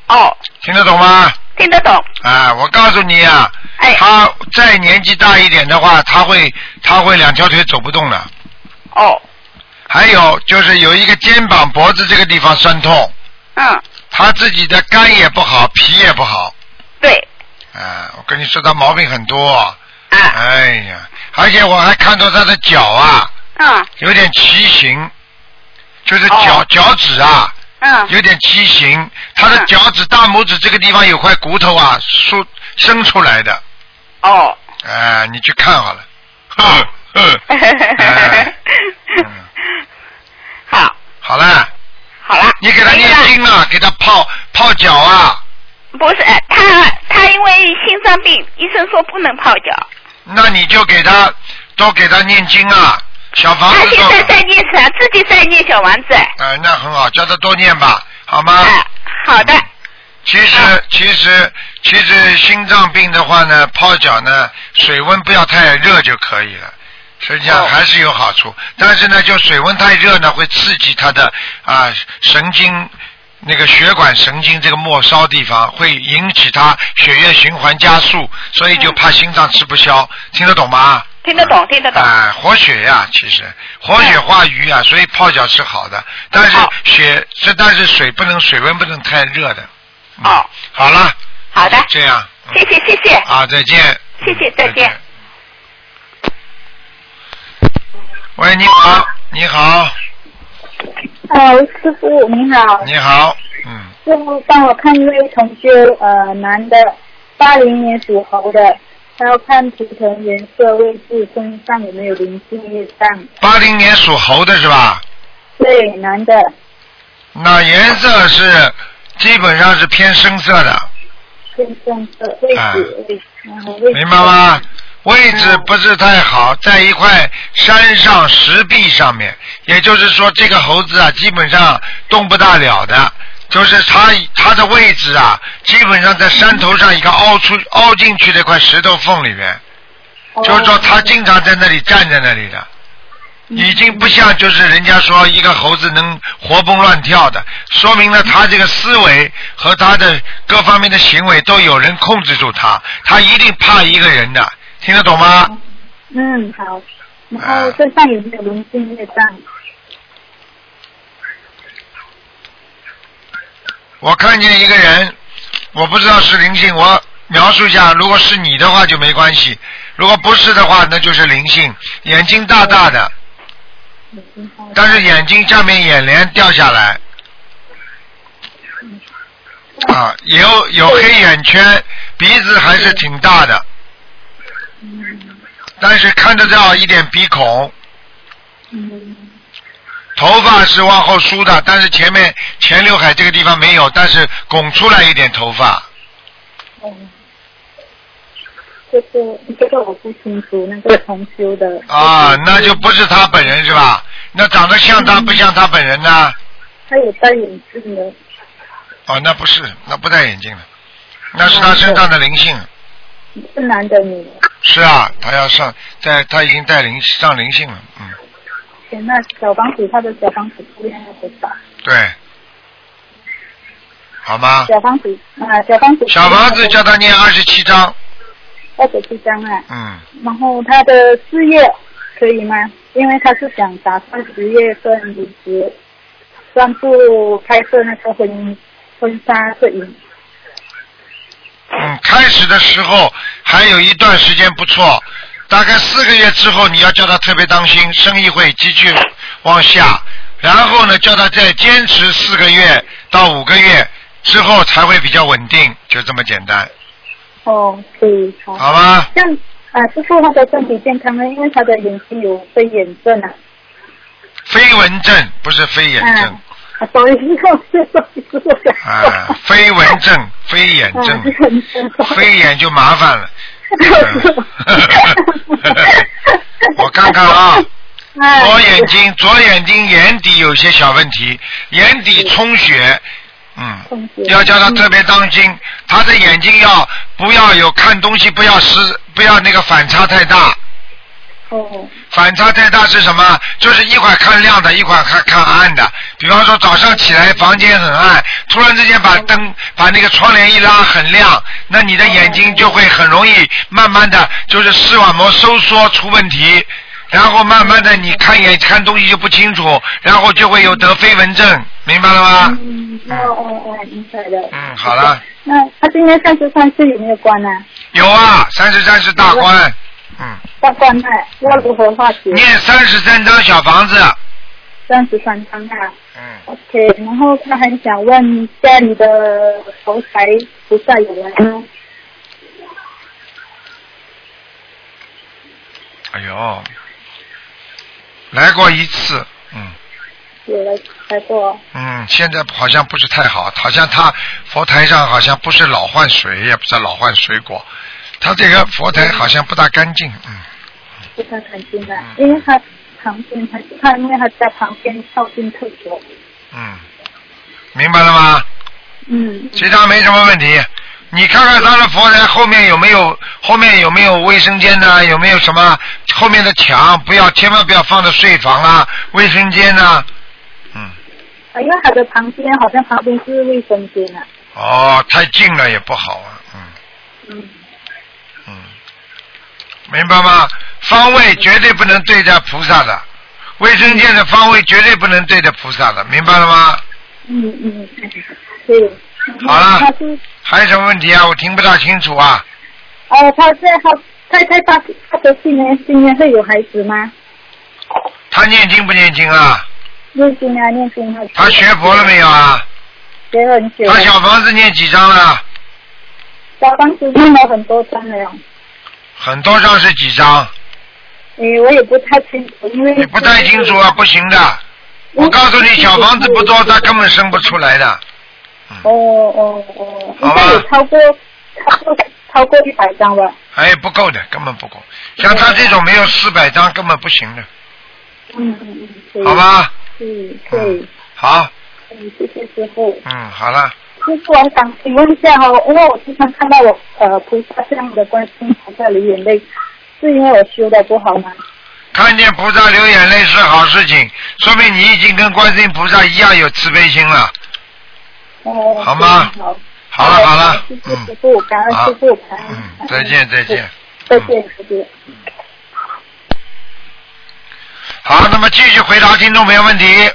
Speaker 5: 哦，
Speaker 1: 听得懂吗？
Speaker 5: 听得懂。
Speaker 1: 啊，我告诉你啊，
Speaker 5: 哎
Speaker 1: 他再年纪大一点的话，他会他会两条腿走不动了。
Speaker 5: 哦，
Speaker 1: 还有就是有一个肩膀脖子这个地方酸痛，
Speaker 5: 嗯，
Speaker 1: 他自己的肝也不好，脾也不好。
Speaker 5: 对，
Speaker 1: 啊，我跟你说他毛病很多。
Speaker 5: 啊，
Speaker 1: 哎呀，而且我还看到他的脚啊，
Speaker 5: 嗯
Speaker 1: 有点畸形，就是脚、
Speaker 5: 哦
Speaker 1: 脚趾啊
Speaker 5: 嗯，
Speaker 1: 有点畸形，他的
Speaker 5: 嗯
Speaker 1: 脚趾大拇指这个地方有块骨头啊，出伸出来的。
Speaker 5: 哦，
Speaker 1: 哎、你去看好了。哼哼 哎嗯
Speaker 5: 好，
Speaker 1: 好了，
Speaker 5: 好了。
Speaker 1: 你给他
Speaker 5: 没
Speaker 1: 念
Speaker 5: 了
Speaker 1: 经啊，给他泡泡脚啊，
Speaker 5: 不是，呃他他因为心脏病，医生说不能泡脚。
Speaker 1: 那你就给他多给他念经啊，小房
Speaker 5: 他
Speaker 1: 子
Speaker 5: 现
Speaker 1: 多。
Speaker 5: 在在念啥？自己在念小王子。
Speaker 1: 哎、那很好，叫他多念吧，好吗？
Speaker 5: 哎，好的，
Speaker 1: 其
Speaker 5: 啊
Speaker 1: 实其实其实心脏病的话呢，泡脚呢，水温不要太热就可以了。实际上
Speaker 5: 哦
Speaker 1: 还是有好处，但是呢，就水温太热呢，会刺激他的啊、神经那个血管神经这个末梢地方，会引起他血液循环加速，所以就怕心脏吃不消，听得懂吗？
Speaker 5: 听得懂，嗯听得懂。嗯
Speaker 1: 啊、活血呀、其实活血化瘀啊，所以泡脚是好的，但是
Speaker 5: 好
Speaker 1: 血这但是水不能水温不能太热的。嗯
Speaker 5: 哦，
Speaker 1: 好了，
Speaker 5: 好的，
Speaker 1: 这样。嗯
Speaker 5: 谢谢，谢谢。
Speaker 1: 啊，再见。
Speaker 5: 谢谢再见。
Speaker 1: 喂，你好，你好，
Speaker 3: 哎，师傅您好，
Speaker 1: 你好，嗯，
Speaker 3: 师傅帮我看一位同学，呃，男的，八零年属猴的，他要看图腾颜色、位置、身上有没有灵性业障。
Speaker 1: 八零年属猴的是吧？
Speaker 3: 对，男的，
Speaker 1: 那颜色是基本上是偏深色的，
Speaker 3: 偏重色，位
Speaker 1: 啊
Speaker 3: 置，位置，然后位置
Speaker 1: 明白？吗？位置不是太好，在一块山上石壁上面，也就是说，这个猴子啊，基本上动不大了的，就是它它的位置啊，基本上在山头上一个凹出凹进去的一块石头缝里面，
Speaker 3: 哦
Speaker 1: 就是说它经常在那里站在那里的，已经不像就是人家说一个猴子能活蹦乱跳的，说明了他这个思维和他的各方面的行为都有人控制住他，他一定怕一个人的，听得懂吗？
Speaker 3: 嗯，好。然
Speaker 1: 啊
Speaker 3: 后身上有没有灵性业障？
Speaker 1: 我看见一个人，我不知道是灵性，我描述一下，如果是你的话就没关系，如果不是的话那就是灵性，眼睛大大的，
Speaker 3: 有听到
Speaker 1: 但是眼睛下面眼帘掉下来，啊，有有黑眼圈，鼻子还是挺大的，但是看得到一点鼻孔，
Speaker 3: 嗯，
Speaker 1: 头发是往后梳的，但是前面前刘海这个地方没有，但是拱出来一点头发，
Speaker 3: 哦，这个这个我不清楚，那个同修的。
Speaker 1: 啊，那就不是他本人是吧？那长得像他不像他本人呢？
Speaker 3: 他有戴眼镜的。
Speaker 1: 哦，那不是，那不戴眼镜了，那是他身上的灵性。
Speaker 3: 是男的女的？
Speaker 1: 是啊，他要上，在他已经带灵上灵性了，嗯，
Speaker 3: 对那小房子，他的小房子不要多少？
Speaker 1: 对，好吗？
Speaker 3: 小房子啊，小房子。
Speaker 1: 小房子叫他念二十七章，
Speaker 3: 二十七张啊。
Speaker 1: 嗯，
Speaker 3: 然后他的事业可以吗？因为他是想打算十月份离职，专注拍摄那个婚婚纱摄影。
Speaker 1: 嗯，开始的时候还有一段时间不错，大概四个月之后，你要叫他特别当心，生意会急剧往下。然后呢，叫他再坚持四个月到五个月之后才会比较稳定，就这么简单，
Speaker 3: 哦，可以，好。
Speaker 1: 好吗？
Speaker 3: 像啊，师傅他的身体健康呢，因为他的眼睛有飞眼症啊，
Speaker 1: 飞蚊症不是飞眼症
Speaker 3: 嗯，，啊，所以又是说师傅讲错
Speaker 1: 啊，飞蚊症、飞眼
Speaker 3: 啊
Speaker 1: 症、
Speaker 3: 是很正常
Speaker 1: 飞眼就麻烦了。 嗯 我看看啊，
Speaker 3: 哎
Speaker 1: 左眼睛左眼睛眼底有些小问题，眼底充血，嗯
Speaker 3: 充血，
Speaker 1: 要叫他特别当心，他的眼睛要不要有看东西不要失不要那个反差太大，
Speaker 3: 哦，
Speaker 1: 反差太大是什么？就是一会儿看亮的，一会儿看看暗的。比方说早上起来房间很暗，突然之间把
Speaker 3: 哦
Speaker 1: 灯把那个窗帘一拉很亮，那你的眼睛就会很容易慢慢的就是视网膜收缩出问题，然后慢慢
Speaker 3: 嗯
Speaker 1: 的你看眼看东西就不清楚，然后就会有得飞蚊症，明白了吗？
Speaker 3: 嗯，哦哦哦，明白了。
Speaker 1: 啊嗯，好了，
Speaker 3: 那他今天三十三岁有没有关呢？
Speaker 1: 有啊，三十三是大
Speaker 3: 啊
Speaker 1: 关，嗯，
Speaker 3: 大关呢？要如何化解？
Speaker 1: 念三十三张小房子，
Speaker 3: 三十三张啊。
Speaker 1: 嗯，
Speaker 3: OK，然后他还想问家里的佛台菩萨有人吗？
Speaker 1: 哎呦，来过一次，嗯。
Speaker 3: 有来来过。
Speaker 1: 嗯，现在好像不是太好，好像他佛台上好像不是老换水，也不是老换水果，他这个佛台好像不大干净，嗯，
Speaker 3: 不太肯定的，因为他旁边，他他因为他在旁边靠近厕所。
Speaker 1: 嗯，明白了吗？
Speaker 3: 嗯，
Speaker 1: 其他没什么问题，你看看他的佛台后面有没有后面有没有卫生间呐、有没有什么后面的墙？不要，千万不要放在睡房啊、卫生间呐、嗯，
Speaker 3: 因为他的旁边好像旁边是卫生间啊。
Speaker 1: 哦，太近了也不好啊，嗯。
Speaker 3: 嗯，
Speaker 1: 嗯，明白吗？方位绝对不能对着菩萨的，卫生间的方位绝对不能对着菩萨的，明白了吗？
Speaker 3: 嗯嗯，对。
Speaker 1: 好了
Speaker 3: 嗯他是
Speaker 1: 还有什么问题啊？我听不大清楚啊。
Speaker 3: 哦，他在他太太他他的新年新年会有孩子吗？
Speaker 1: 他念经不念经啊？
Speaker 3: 念经啊，念经啊。
Speaker 1: 他学佛了没有啊？
Speaker 3: 学了很久了。
Speaker 1: 他小房子念几张了？
Speaker 3: 小房子念了很多张了。
Speaker 1: 很多张是几张？
Speaker 3: 诶，我也不太清楚，因为
Speaker 1: 你不太清楚啊，不行的。我告诉你，小房子不多，他根本生不出来的。
Speaker 3: 哦哦哦，应
Speaker 1: 好吧
Speaker 3: 该有超过超过超过一百张吧。
Speaker 1: 哎，不够的，根本不够。像他这种没有四百张，根本不行的，
Speaker 3: 嗯嗯嗯，对
Speaker 1: 好？吧？
Speaker 3: 对对，
Speaker 1: 好，
Speaker 3: 嗯，谢谢师傅。
Speaker 1: 嗯，好了。
Speaker 3: 师傅，我想请问一下哦，因为我经常看到我呃菩萨这样的观世音菩萨流眼泪，是因为我修的不好吗？
Speaker 1: 看见菩萨流眼泪是好事情，说明你已经跟观世音菩萨一样有慈悲心了。
Speaker 3: 哦，
Speaker 1: 好吗
Speaker 3: 好，
Speaker 1: 好了好了，
Speaker 3: 谢谢师
Speaker 1: 嗯，
Speaker 3: 傅，感恩师傅，感恩
Speaker 1: 嗯，再见再见，
Speaker 4: Tá
Speaker 3: 再见再见。
Speaker 1: 好，那么继续回答听众朋友问题。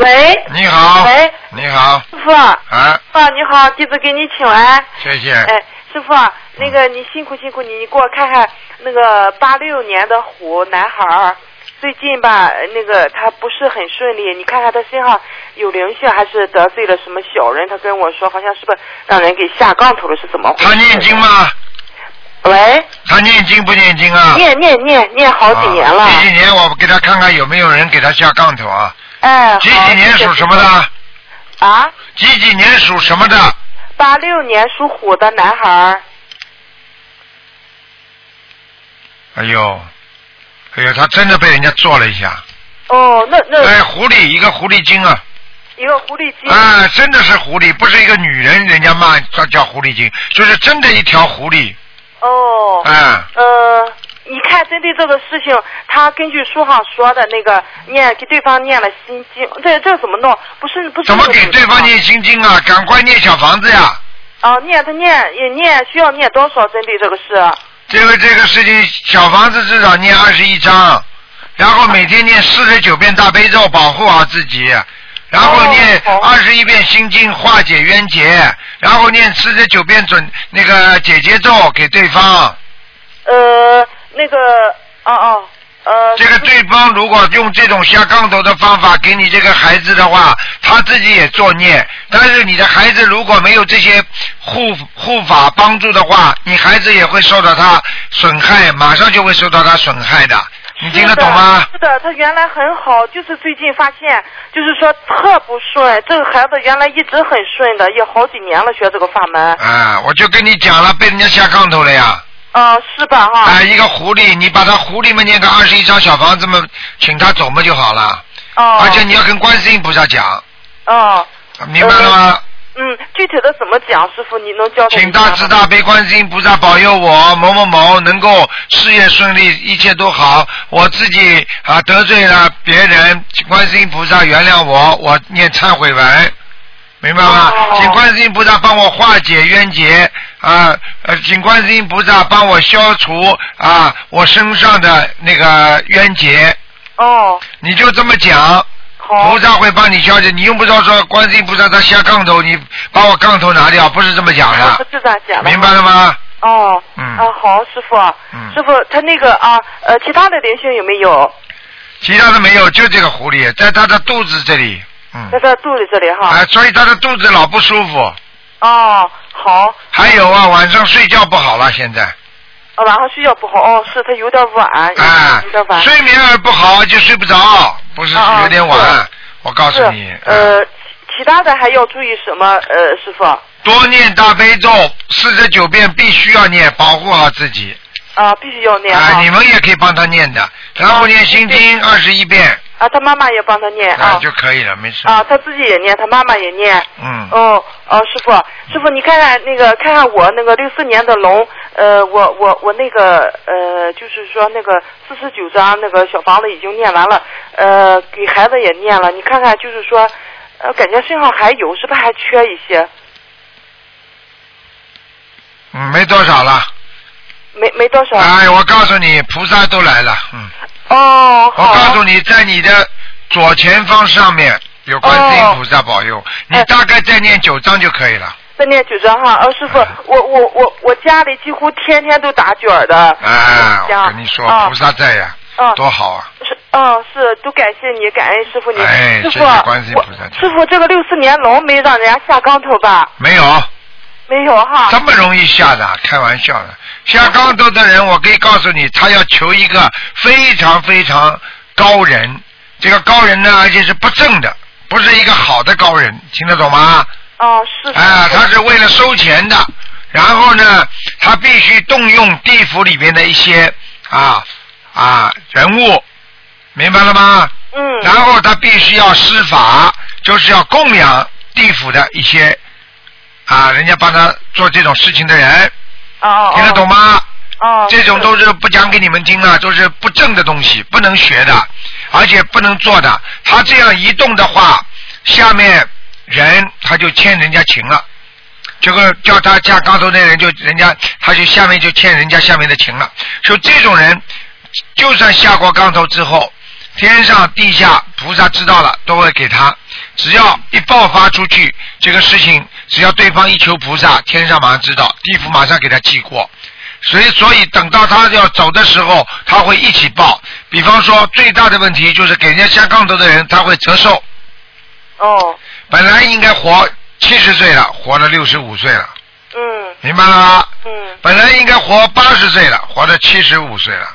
Speaker 6: 喂，
Speaker 1: 你好，
Speaker 6: 喂，
Speaker 1: 你好，
Speaker 6: 师傅，啊，
Speaker 1: 啊，
Speaker 6: 你好，弟子给你请安。
Speaker 1: 谢谢，
Speaker 6: 哎，师傅，那个你辛苦辛苦你，你给我看看那个八六年的虎男孩儿，最近吧，呃那个他不是很顺利，你看看他身上有灵性，还是得罪了什么小人？他跟我说，好像是不是让人给下杠头了，是怎么回事？
Speaker 1: 他念经？吗？
Speaker 6: 喂，
Speaker 1: 他念经不念经啊？
Speaker 6: 念念念念好几年了
Speaker 1: 啊。几几年我给他看看有没有人给他下杠头啊？
Speaker 6: 哎，好
Speaker 1: 几几年属什么？
Speaker 6: 谢谢师
Speaker 1: 的？
Speaker 6: 傅啊，
Speaker 1: 几几年属什么的？
Speaker 6: 八六年属虎的男孩儿。
Speaker 1: 哎呦，哎呦，他真的被人家做了一下。
Speaker 6: 哦，那那、
Speaker 1: 哎，狐狸，一个狐狸精啊。
Speaker 6: 一个狐狸精。
Speaker 1: 啊，真的是狐狸，不是一个女人，人家骂叫叫狐狸精，就是真的一条狐狸，
Speaker 6: 哦，
Speaker 1: 啊，
Speaker 6: 呃，你看，针对这个事情，他根据书上说的那个念给对方念了心经，这这怎么弄？不是不是
Speaker 1: 怎么给
Speaker 6: 这个
Speaker 1: 对方念心经啊？赶快念小房子呀！
Speaker 6: 哦，念他念也念，需要念多少针对这个事？啊
Speaker 1: 这个这个事情，小房子至少念二十一章，然后每天念四十九遍大悲咒，保护好自己，然后
Speaker 6: 哦
Speaker 1: 念
Speaker 6: 好
Speaker 1: 二十一遍心经化解冤结，然后念四十九遍准那个解结咒给对方。
Speaker 6: 呃，那个，哦哦，呃，
Speaker 1: 这个对方如果用这种下杠头的方法给你这个孩子的话，他自己也作孽。但是你的孩子如果没有这些护护法帮助的话，你孩子也会受到他损害，马上就会受到他损害的。你听得懂吗？
Speaker 6: 是的，是的他原来很好，就是最近发现，就是说特不顺。这个孩子原来一直很顺的，也好几年了学这个法门。
Speaker 1: 啊，我就跟你讲了，被人家下杠头了呀！
Speaker 6: 呃，是吧？哈。
Speaker 1: 啊，一个狐狸，你把他狐狸们念个二十一张小房子们，请他走嘛就好了。
Speaker 6: 哦。
Speaker 1: 而且你要跟观世音菩萨讲，
Speaker 6: 哦，
Speaker 1: 明白了吗？
Speaker 6: 嗯，具体的怎么讲，师傅你能教给我
Speaker 1: 请
Speaker 6: 们吗
Speaker 1: 大慈大悲观世音菩萨保佑我某某某能够事业顺利，一切都好。我自己啊得罪了别人，请观世音菩萨原谅我，我念忏悔文，明白吗？
Speaker 6: 哦
Speaker 1: 请观世音菩萨帮我化解冤结啊，呃，请观世音菩萨帮我消除啊我身上的那个冤结。
Speaker 6: 哦，
Speaker 1: 你就这么讲，
Speaker 6: 好
Speaker 1: 菩，萨会帮你消解，你用不着说观世音菩萨他下杠头，你把我杠头拿掉，不是这么讲
Speaker 6: 我不
Speaker 1: 的，
Speaker 6: 知道讲了。
Speaker 1: 明白了吗？
Speaker 6: 哦，
Speaker 1: 嗯
Speaker 6: 啊，好，师傅，
Speaker 1: 嗯
Speaker 6: 师傅，他那个啊，呃，其他的灵性有没有？
Speaker 1: 其他的没有，就这个狐狸在他的肚子这里，嗯
Speaker 6: 在，他肚里这里哈。
Speaker 1: 啊，所以他的肚子老不舒服，
Speaker 6: 哦，好，
Speaker 1: 还有啊，晚上睡觉不好了，现在，
Speaker 6: 哦晚上睡觉不好，哦，是他有点晚，
Speaker 1: 啊
Speaker 6: 有点晚，。
Speaker 1: 睡眠儿不好就睡不着，不是
Speaker 6: 啊啊
Speaker 1: 有点晚
Speaker 6: 是，
Speaker 1: 我告
Speaker 6: 是
Speaker 1: 诉你，啊哎
Speaker 6: 呃，其其他的还要注意什么？呃，师傅，
Speaker 1: 多念大悲咒四十九遍，必须要念，保护好自己。
Speaker 6: 啊，必须要念
Speaker 1: 啊，
Speaker 6: 哈
Speaker 1: 你。们也可以帮他念的，然后念心经二十一遍
Speaker 6: 啊，他妈妈哦也帮他念
Speaker 1: 啊
Speaker 6: 啊。
Speaker 1: 就可以了，没事。
Speaker 6: 啊，他自己也念，他妈妈也念。
Speaker 1: 嗯，
Speaker 6: 哦哦，师傅，师傅，你看看那个，看看我那个六四年的龙，呃，我我我那个呃，就是说那个四十九章那个小房子已经念完了，呃，给孩子也念了，你看看就是说，呃，感觉身上还有，是不是还缺一些？
Speaker 1: 嗯没多少了。
Speaker 6: 没没多少。
Speaker 1: 哎，我告诉你，菩萨都来了。嗯，
Speaker 6: 哦，
Speaker 1: 我
Speaker 6: 好。
Speaker 1: 告诉你，在你的左前方上面有观世音菩萨保佑，你大概再念九章就可以了。
Speaker 6: 再念九章哈，呃， 师傅，我我我我家里几乎天天都打卷儿的，
Speaker 1: 哎，
Speaker 6: 这样
Speaker 1: 我跟你说，
Speaker 6: 啊
Speaker 1: 菩萨在呀，
Speaker 6: 嗯，
Speaker 1: 多好啊！
Speaker 6: 是，嗯，是，都感谢你，感恩师傅你，
Speaker 1: 哎
Speaker 6: 师
Speaker 1: 谢谢
Speaker 6: 傅，我
Speaker 1: 观世音菩萨
Speaker 6: 师傅这个六四年龙没让人家下钢头吧？
Speaker 1: 没有
Speaker 6: 没有哈。
Speaker 1: 这么容易下的，啊开玩笑的。下钢头的人，我可以告诉你，他要求一个非常非常高人，这个高人呢，而且是不正的，不是一个好的高人，听得懂吗？
Speaker 6: 哦，是。
Speaker 1: 啊，他是为了收钱的，然后呢，他必须动用地府里边的一些啊啊人物，明白了吗？
Speaker 6: 嗯。
Speaker 1: 然后他必须要施法，就是要供养地府的一些啊，人家帮他做这种事情的人，
Speaker 6: 哦哦。
Speaker 1: 听得懂吗？
Speaker 6: 哦。
Speaker 1: 这种都是不讲给你们听了，都是不正的东西，不能学的，而且不能做的。他这样一动的话，下面人他就欠人家情了，这个叫他下钢头那人就人家他就下面就欠人家下面的情了。所以这种人，就算下过钢头之后，天上地下菩萨知道了都会给他，只要一爆发出去，这个事情只要对方一求菩萨，天上马上知道，地府马上给他记过。所以，所以等到他要走的时候，他会一起报。比方说，最大的问题就是给人家下杠头的人，他会折寿。
Speaker 6: 哦，
Speaker 1: 本来应该活七十岁了，活了六十五岁了，
Speaker 6: 嗯
Speaker 1: 明白了吗？
Speaker 6: 嗯，
Speaker 1: 本来应该活八十岁了，活到七十五岁了，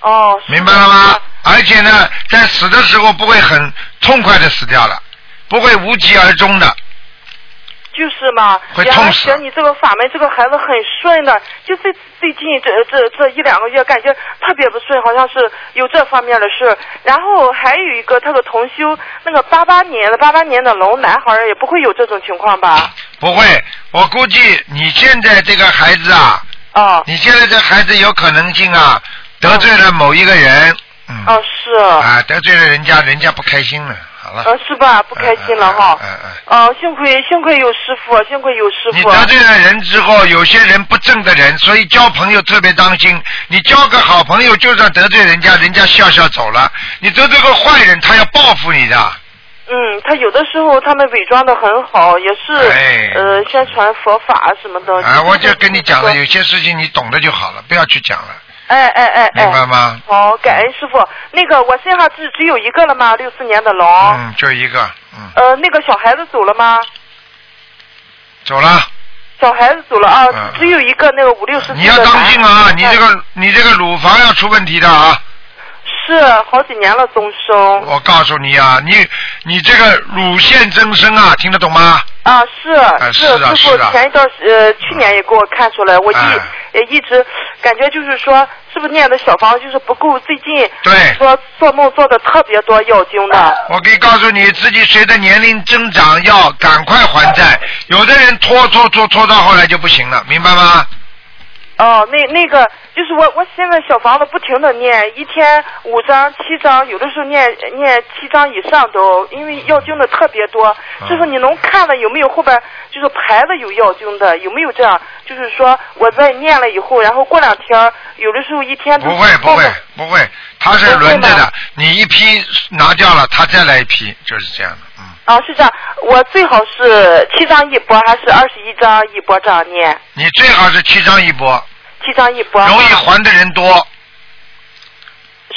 Speaker 6: 哦。是
Speaker 1: 明白了吗？而且呢，在死的时候不会很痛快的死掉了，不会无疾而终的。
Speaker 6: 就是嘛，
Speaker 1: 会
Speaker 6: 原来
Speaker 1: 痛死
Speaker 6: 学你这个法门，这个孩子很顺的，就最最近这这这一两个月感觉特别不顺，好像是有这方面的事。然后还有一个他的同修，那个八八年的八八年的龙男孩儿也不会有这种情况吧？
Speaker 1: 不会，我估计你现在这个孩子啊，
Speaker 6: 哦
Speaker 1: 你现在这孩子有可能性啊，得罪了某一个人，嗯，
Speaker 6: 哦是，
Speaker 1: 啊，得罪了人家，人家不开心了，好了，
Speaker 6: 呃是吧？不开心了哈
Speaker 1: 嗯。嗯嗯嗯
Speaker 6: 哦，幸亏幸亏有师傅，幸亏有师
Speaker 1: 你
Speaker 6: 傅。
Speaker 1: 得罪了人之后，有些人不正的人，所以交朋友特别当心。你交个好朋友，就算得罪人家，人家笑笑走了；你得罪个坏人，他要报复你的。
Speaker 6: 嗯，他有的时候他们伪装的很好，也是、
Speaker 1: 哎
Speaker 6: 呃宣传佛法什么的。
Speaker 1: 啊，我就跟你讲了，
Speaker 6: 就是说
Speaker 1: 有些事情你懂得就好了，不要去讲了，
Speaker 6: 哎哎哎哎，
Speaker 1: 明白吗？
Speaker 6: 好，感恩师傅。那个我身上只只有一个了吗？六四年的龙。
Speaker 1: 嗯，就一个，嗯，
Speaker 6: 呃，那个小孩子走了吗？
Speaker 1: 走了。
Speaker 6: 小孩子走了啊，
Speaker 1: 嗯
Speaker 6: 只有一个那个五六十岁的
Speaker 1: 你要当心啊！
Speaker 6: 男
Speaker 1: 你
Speaker 6: 孩
Speaker 1: 这个你这个乳房要出问题的啊！
Speaker 6: 是好几年了，终生
Speaker 1: 我告诉你啊，你你这个乳腺增生啊，听得懂吗？
Speaker 6: 啊，是
Speaker 1: 是啊
Speaker 6: 师
Speaker 1: 是
Speaker 6: 傅
Speaker 1: 啊
Speaker 6: 前一段时呃去年也给我看出来，我一
Speaker 1: 哎
Speaker 6: 也一直感觉就是说，是不是念的小房子就是不够？最近
Speaker 1: 对
Speaker 6: 说做梦做的特别多，要经的。
Speaker 1: 我可以告诉你，自己随着年龄增长要赶快还债，有的人拖拖拖拖到后来就不行了，明白吗？
Speaker 6: 哦，那那个就是我，我现在小房子不停的念，一天五张、七张，有的时候念念七张以上都，因为要经的特别多。
Speaker 1: 嗯
Speaker 6: 就是你能看的有没有后边就是排的有要经的，有没有这样？就是说我在念了以后，然后过两天有的时候一天都
Speaker 1: 不会不会不会，它是轮着的，你一批拿掉了，他再来一批，就是这样的。嗯，
Speaker 6: 啊，是这样，我最好是七张一波，还是二十一张一波这样念？
Speaker 1: 你最好是七张一波，
Speaker 6: 七张一波。啊
Speaker 1: 容易还的人多，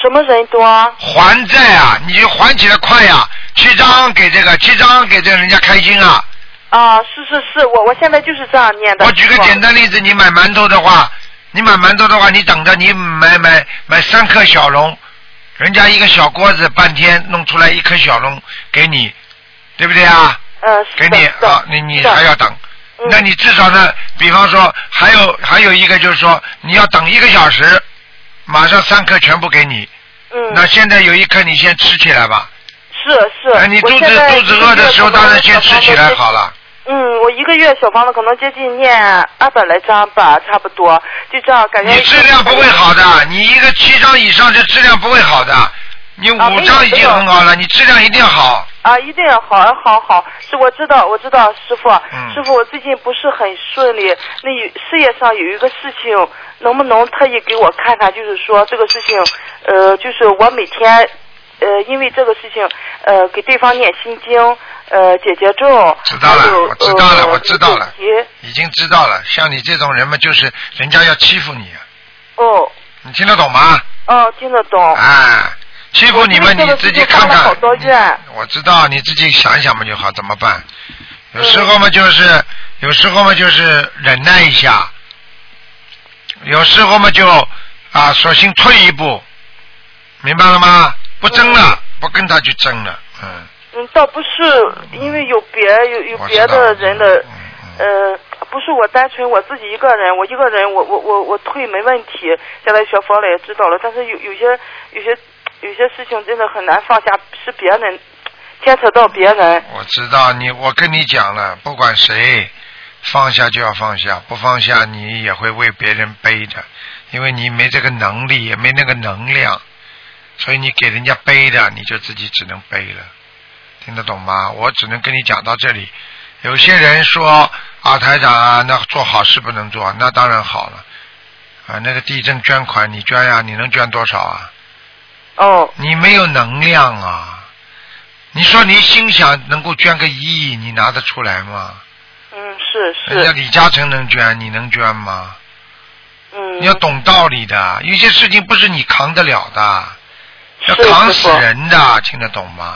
Speaker 6: 什么人多？
Speaker 1: 还债啊，你就还起来快呀、七张给这个，七张给这个人家开心啊。
Speaker 6: 啊，是是是，我我现在就是这样念的。
Speaker 1: 我举个简单例子，你买馒头的话，你买馒头的话，你等着你买买买三颗小龙，人家一个小锅子半天弄出来一颗小龙给你，对不对啊？
Speaker 6: 嗯，
Speaker 1: 给你啊，你你还要等。那你至少呢，比方说还有还有一个就是说，你要等一个小时，马上三颗全部给你。
Speaker 6: 嗯。
Speaker 1: 那现在有一颗你先吃起来吧。
Speaker 6: 是是。
Speaker 1: 哎，你
Speaker 6: 我
Speaker 1: 肚子
Speaker 6: 现在
Speaker 1: 肚子饿的时候，
Speaker 6: 一个月
Speaker 1: 当然先
Speaker 6: 小
Speaker 1: 吃
Speaker 6: 房
Speaker 1: 起
Speaker 6: 子
Speaker 1: 来
Speaker 6: 接
Speaker 1: 好了。
Speaker 6: 嗯，我一个月小房子可能接近念二百来张吧，差不多，就这样感觉。
Speaker 1: 你质量不会好的，你一个七张以上，这质量不会好的。你
Speaker 6: 啊
Speaker 1: 五
Speaker 6: 没有
Speaker 1: 张已经很好了，你质量一定好。
Speaker 6: 啊，一定要好，好，好，是我知道，我知道，师傅，
Speaker 1: 嗯
Speaker 6: 师傅，我最近不是很顺利，那有事业上有一个事情，能不能特意给我看看？就是说这个事情，呃，就是我每天，呃，因为这个事情，呃，给对方念心经，呃，解结咒，
Speaker 1: 知道
Speaker 6: 还有
Speaker 1: 了，我知道了，
Speaker 6: 呃
Speaker 1: 我知道了
Speaker 6: 自，己
Speaker 1: 已经知道了。像你这种人嘛，就是人家要欺负你，啊
Speaker 6: 哦，
Speaker 1: 你听得懂吗？
Speaker 6: 哦，听得懂。
Speaker 1: 哎，欺负你们
Speaker 6: 我
Speaker 1: 你
Speaker 6: 因为这个
Speaker 1: 自
Speaker 6: 事
Speaker 1: 己
Speaker 6: 情
Speaker 1: 看
Speaker 6: 发了
Speaker 1: 看
Speaker 6: 好。多怨，
Speaker 1: 我知道，你自己想一想嘛就好，怎么办？有时候嘛就是，有时候嘛就是忍耐一下，有时候嘛就啊，索性退一步，明白了吗？不争了，不跟他去争了，嗯，
Speaker 6: 嗯，倒不是因为有别有有
Speaker 1: 我知
Speaker 6: 别
Speaker 1: 道嗯
Speaker 6: 的人的，呃，不是我单纯我自己一个人，我一个人我我我我退没问题，现在学佛了也知道了，但是有有些有些有些事情真的很难放下，是别人牵扯到别人，
Speaker 1: 我知道你，我跟你讲了，不管谁放下就要放下，不放下你也会为别人背的，因为你没这个能力，也没那个能量，所以你给人家背的，你就自己只能背了，听得懂吗？我只能跟你讲到这里。有些人说啊，台长啊，那做好事不能做，那当然好了。啊，那个地震捐款你捐呀、你能捐多少啊？
Speaker 6: 哦，
Speaker 1: 你没有能量啊！你说你心想能够捐个一亿，你拿得出来吗？
Speaker 6: 嗯，是
Speaker 1: 人家
Speaker 6: 是，
Speaker 1: 李嘉诚能捐，你能捐吗？
Speaker 6: 嗯，
Speaker 1: 你要懂道理的，有些事情不是你扛得了的，要
Speaker 6: 是
Speaker 1: 扛
Speaker 6: 师
Speaker 1: 死
Speaker 6: 傅
Speaker 1: 人的，听得懂吗？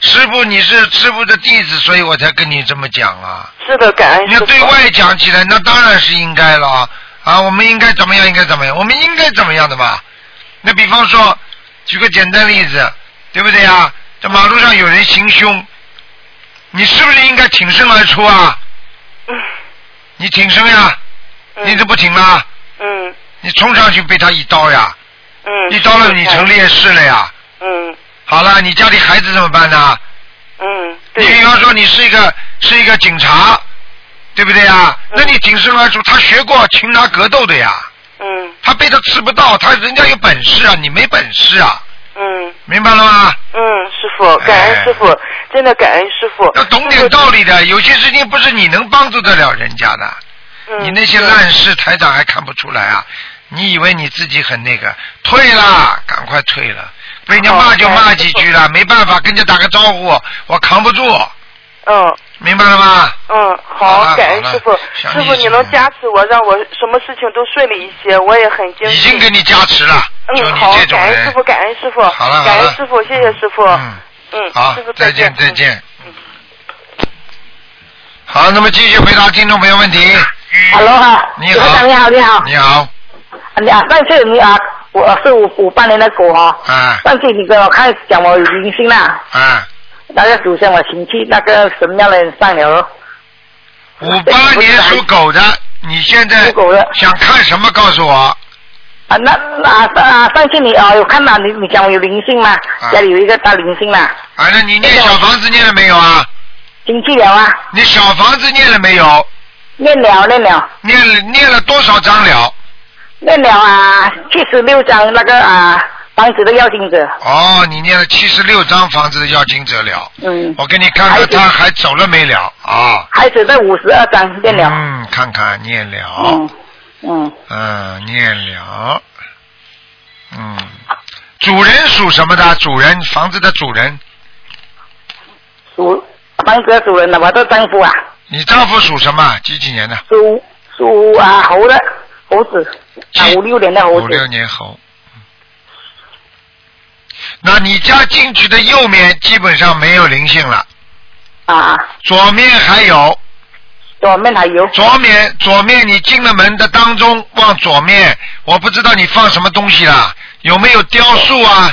Speaker 1: 师傅，你是师傅的弟子，所以我才跟你这么讲啊。
Speaker 6: 哎是的，感恩
Speaker 1: 你要
Speaker 6: 师
Speaker 1: 对
Speaker 6: 傅，
Speaker 1: 外讲起来，那当然是应该了啊！啊，我们应该怎么样？应该怎么样？我们应该怎么样的嘛？那比方说，举个简单例子，对不对啊？这马路上有人行凶，你是不是应该挺身而出啊？
Speaker 6: 嗯
Speaker 1: 你挺身呀？你怎么不挺啦？
Speaker 6: 嗯
Speaker 1: 你冲上去被他一刀呀，
Speaker 6: 嗯，
Speaker 1: 一刀了你成烈士了呀。
Speaker 6: 嗯
Speaker 1: 好了，你家里孩子怎么办呢？
Speaker 6: 嗯，
Speaker 1: 你比方说你是一个是一个警察，对不对呀？那你挺身而出，他学过擒拿格斗的呀，
Speaker 6: 嗯
Speaker 1: 他被他吃不到，他人家有本事啊，你没本事啊，
Speaker 6: 嗯
Speaker 1: 明白了吗？
Speaker 6: 嗯，师傅，感恩师傅，真的感恩师傅，
Speaker 1: 哎要懂点道理的，有些事情不是你能帮助得了人家的，
Speaker 6: 嗯
Speaker 1: 你那些烂事台长还看不出来啊？你以为你自己很那个？退啦，赶快退了，被人家骂就骂几句了，没办法，跟人家打个招呼，我扛不住，
Speaker 6: 嗯。
Speaker 1: 明白了吗？
Speaker 6: 嗯，
Speaker 1: 好了
Speaker 6: 好，感恩
Speaker 1: 好了
Speaker 6: 师傅，
Speaker 1: 想
Speaker 6: 师
Speaker 1: 你
Speaker 6: 傅
Speaker 1: 已
Speaker 6: 你
Speaker 1: 经
Speaker 6: 能加持我，让我什么事情都顺利一些，我也很惊
Speaker 1: 已
Speaker 6: 喜
Speaker 1: 经。给你加持了，就
Speaker 6: 嗯，
Speaker 1: 你
Speaker 6: 好
Speaker 1: 这，种
Speaker 6: 感恩
Speaker 1: 人
Speaker 6: 师。傅，感恩师傅，
Speaker 1: 好了好
Speaker 6: 感
Speaker 1: 了
Speaker 6: 恩师傅，谢谢师傅。
Speaker 1: 嗯，
Speaker 6: 嗯，
Speaker 1: 好
Speaker 6: 师傅，
Speaker 1: 再
Speaker 6: 见
Speaker 1: 见，再
Speaker 6: 嗯
Speaker 1: 见。好，那么继续回答听众朋友问题。
Speaker 7: Hello 哈，
Speaker 1: 你
Speaker 7: 刘台
Speaker 1: 好
Speaker 7: 长，你好，你好，
Speaker 1: 你好，
Speaker 6: 嗯
Speaker 7: 啊，上次你啊，我是五五八年的狗哈、
Speaker 1: 啊
Speaker 7: 上次你跟我看讲我有灵性啦，
Speaker 1: 啊，
Speaker 7: 那个祖先我请去那个什么样的人上了？
Speaker 1: 五八年属狗的，你现在
Speaker 6: 属狗的
Speaker 1: 想看什么？告诉我。
Speaker 6: 啊，那那啊，上次你啊有看到你你讲我有灵性吗？
Speaker 1: 啊
Speaker 6: 家里有一个大灵性啦，
Speaker 1: 啊，那你念小房子念了没有啊？
Speaker 6: 进去了啊，
Speaker 1: 你小房子念了没有？
Speaker 6: 念了念了
Speaker 1: 念了念了多少张了？
Speaker 6: 念了啊，七十六张那个啊房子的要金者，
Speaker 1: 哦，你念了七十六张房子的要经者了。
Speaker 6: 嗯，
Speaker 1: 我给你看看他还走了没了啊？
Speaker 6: 孩子的五十二张念了，
Speaker 1: 嗯，看看念了
Speaker 6: 嗯，嗯，
Speaker 1: 嗯，念了，嗯，主人属什么的？主人，房子的主人，
Speaker 6: 属房子的主人的我的丈夫啊，
Speaker 1: 你丈夫属什么？几几年的？
Speaker 6: 属属啊猴的猴子，啊五六年的猴
Speaker 1: 五六
Speaker 6: 子，
Speaker 1: 年猴。嗯那你家进去的右面基本上没有灵性了，
Speaker 6: 啊，
Speaker 1: 左面还有，
Speaker 6: 左面还有，
Speaker 1: 左面左面你进了门的当中往左面，我不知道你放什么东西啦，有没有雕塑啊？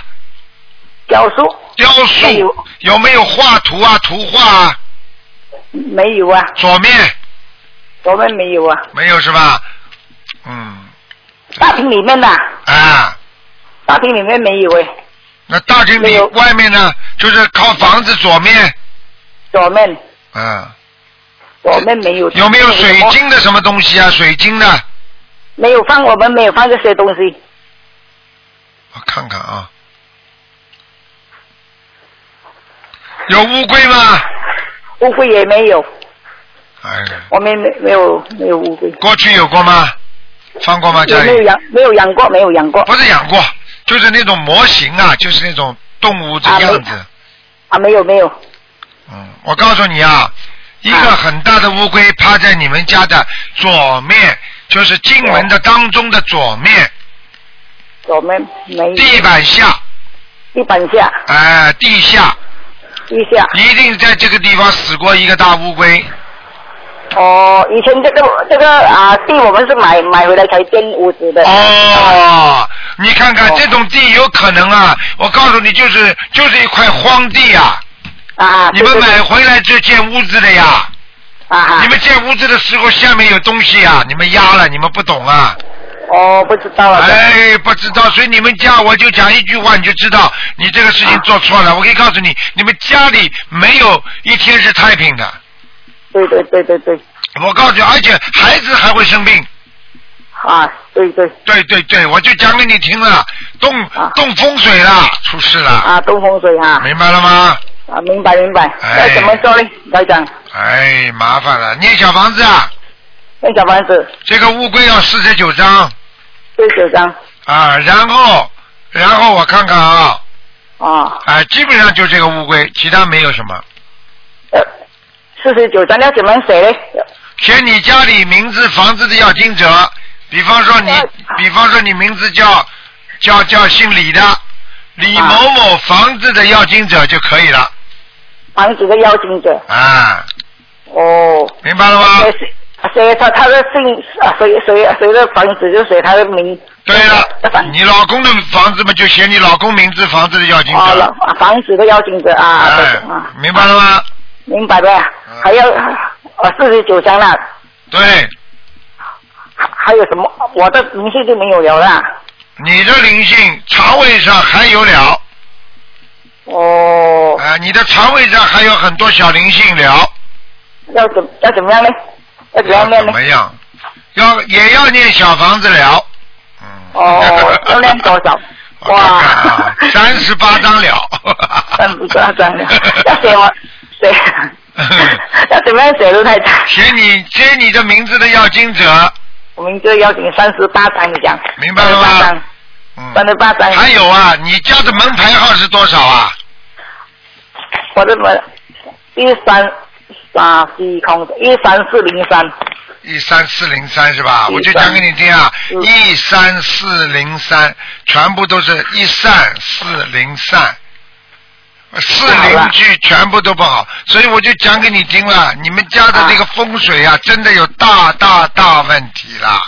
Speaker 6: 雕塑
Speaker 1: 雕
Speaker 6: 没
Speaker 1: 塑
Speaker 6: 有
Speaker 1: 有没有画图啊？图画啊？
Speaker 6: 没有啊，
Speaker 1: 左面
Speaker 6: 左面没有啊，
Speaker 1: 没有是吧？嗯，
Speaker 6: 大厅里面呐、
Speaker 1: 啊，
Speaker 6: 大厅里面没有哎、
Speaker 1: 那大厅
Speaker 6: 没
Speaker 1: 里
Speaker 6: 有
Speaker 1: 外面呢，就是靠房子左面，
Speaker 6: 左面
Speaker 1: 嗯，
Speaker 6: 左面没有。
Speaker 1: 有没有水
Speaker 6: 什么？
Speaker 1: 晶的什么东西啊？水晶的，
Speaker 6: 没有放，我们没有放这些东西。
Speaker 1: 我看看啊，有乌龟吗？
Speaker 6: 乌龟也没有，
Speaker 1: 哎呀，
Speaker 6: 我们没没有没有乌龟，
Speaker 1: 过去有过吗？放过吗？家
Speaker 6: 也没有
Speaker 1: 里
Speaker 6: 养没有养过，没有养过
Speaker 1: 不是养过，就是那种模型啊，就是那种动物的
Speaker 6: 啊没
Speaker 1: 样子。
Speaker 6: 啊，没有没有
Speaker 1: 嗯，我告诉你啊，一个
Speaker 6: 啊
Speaker 1: 很大的乌龟趴在你们家的左面，就是进门的当中的左面
Speaker 6: 左面没有
Speaker 1: 地板下，
Speaker 6: 地板下
Speaker 1: 哎、地下
Speaker 6: 地下
Speaker 1: 一定在这个地方死过一个大乌龟。
Speaker 6: 哦，以前这个这个啊地我们是买买回来才建屋子的
Speaker 1: 哦，你看看
Speaker 6: 哦
Speaker 1: 这种地有可能啊！我告诉你，就是就是一块荒地啊！
Speaker 6: 啊，
Speaker 1: 你们
Speaker 6: 对对对
Speaker 1: 买回来就建屋子的呀！
Speaker 6: 啊啊
Speaker 1: 你们建屋子的时候下面有东西啊，你们压了，你们不懂啊！
Speaker 6: 哦不知道了，
Speaker 1: 哎，不知道，所以你们家我就讲一句话，你就知道你这个事
Speaker 6: 啊
Speaker 1: 情做错了。我可以告诉你，你们家里没有一天是太平的。
Speaker 6: 对对对对对
Speaker 1: 我告诉你，而且孩子还会生病。
Speaker 6: 啊
Speaker 7: À,
Speaker 6: 对对
Speaker 1: 对对对，我就讲给你听了，动
Speaker 6: 啊
Speaker 1: 动风水了，出事了，
Speaker 7: À,
Speaker 6: 啊东风水啊
Speaker 1: 明白了吗？
Speaker 6: 啊明白明白，
Speaker 1: 哎
Speaker 6: 要怎么做呢？台长，
Speaker 1: 哎，麻烦了，念小房子啊，
Speaker 6: 那小房子
Speaker 1: 这个乌龟要四十九张
Speaker 6: 对九张
Speaker 1: 啊，然后，然后我看看啊，
Speaker 7: À.
Speaker 6: 啊。
Speaker 1: 啊，基本上就这个乌龟，其他没有什么。
Speaker 7: Ờ,
Speaker 6: 呃，四十九张要怎么写呢？
Speaker 1: 写你家里名字、房子的要经者，比方说你
Speaker 6: 啊，
Speaker 1: 比方说你名字叫叫叫姓李的李
Speaker 6: 啊
Speaker 1: 某某房子的要经者就可以了
Speaker 6: 房子的邀请者
Speaker 1: 啊，
Speaker 6: 哦，
Speaker 1: 明白了吗？
Speaker 6: 写写他他的姓，啊谁谁谁的房子就写他的名。
Speaker 1: 对
Speaker 6: 那
Speaker 1: 了
Speaker 6: 房，
Speaker 1: 你老公的房子嘛，就写你老公名字房子的要经
Speaker 6: 哦，了
Speaker 1: 者。
Speaker 6: 啊房子的邀请者啊，
Speaker 1: 哎嗯
Speaker 6: 对啊，，
Speaker 1: 明白了吗？
Speaker 6: 明白呗。还有呃四十九张了，
Speaker 1: 对，
Speaker 6: 还还有什么？我
Speaker 7: Ờ,
Speaker 6: 的名字就没有了
Speaker 7: à?
Speaker 6: 啦。
Speaker 1: 你的灵性肠胃上还有了，
Speaker 6: 哦，
Speaker 1: 啊，你的肠胃上还有很多小灵性了，
Speaker 6: 要怎要怎么样呢？要怎么样
Speaker 1: 要
Speaker 6: 念
Speaker 1: 怎
Speaker 6: 呢
Speaker 1: 么？样？要也要念小房子了，嗯。？
Speaker 6: 哦，要念多少
Speaker 1: 我看看啊
Speaker 6: 哇，，
Speaker 1: 三十八张了。
Speaker 6: 三不八张了，要写我写，要怎么样写都太长。
Speaker 1: 写你写你的名字的要经者，
Speaker 6: 我们就邀请三十八张，你讲。
Speaker 1: 明白了吗
Speaker 6: 38张？
Speaker 1: 嗯。
Speaker 6: 三十八张。
Speaker 1: 还有啊，你家的门牌号是多少啊？
Speaker 6: 我的门一三啊，一空一三四零三
Speaker 1: 一三四零三是吧？
Speaker 6: 一三
Speaker 1: 我就讲给你听啊，
Speaker 6: 嗯
Speaker 1: 一三四零三，全部都是一散四零散，四邻居全部都不好，所以我就讲给你听了，你们家的这个风水啊，真的有大大大问题啦！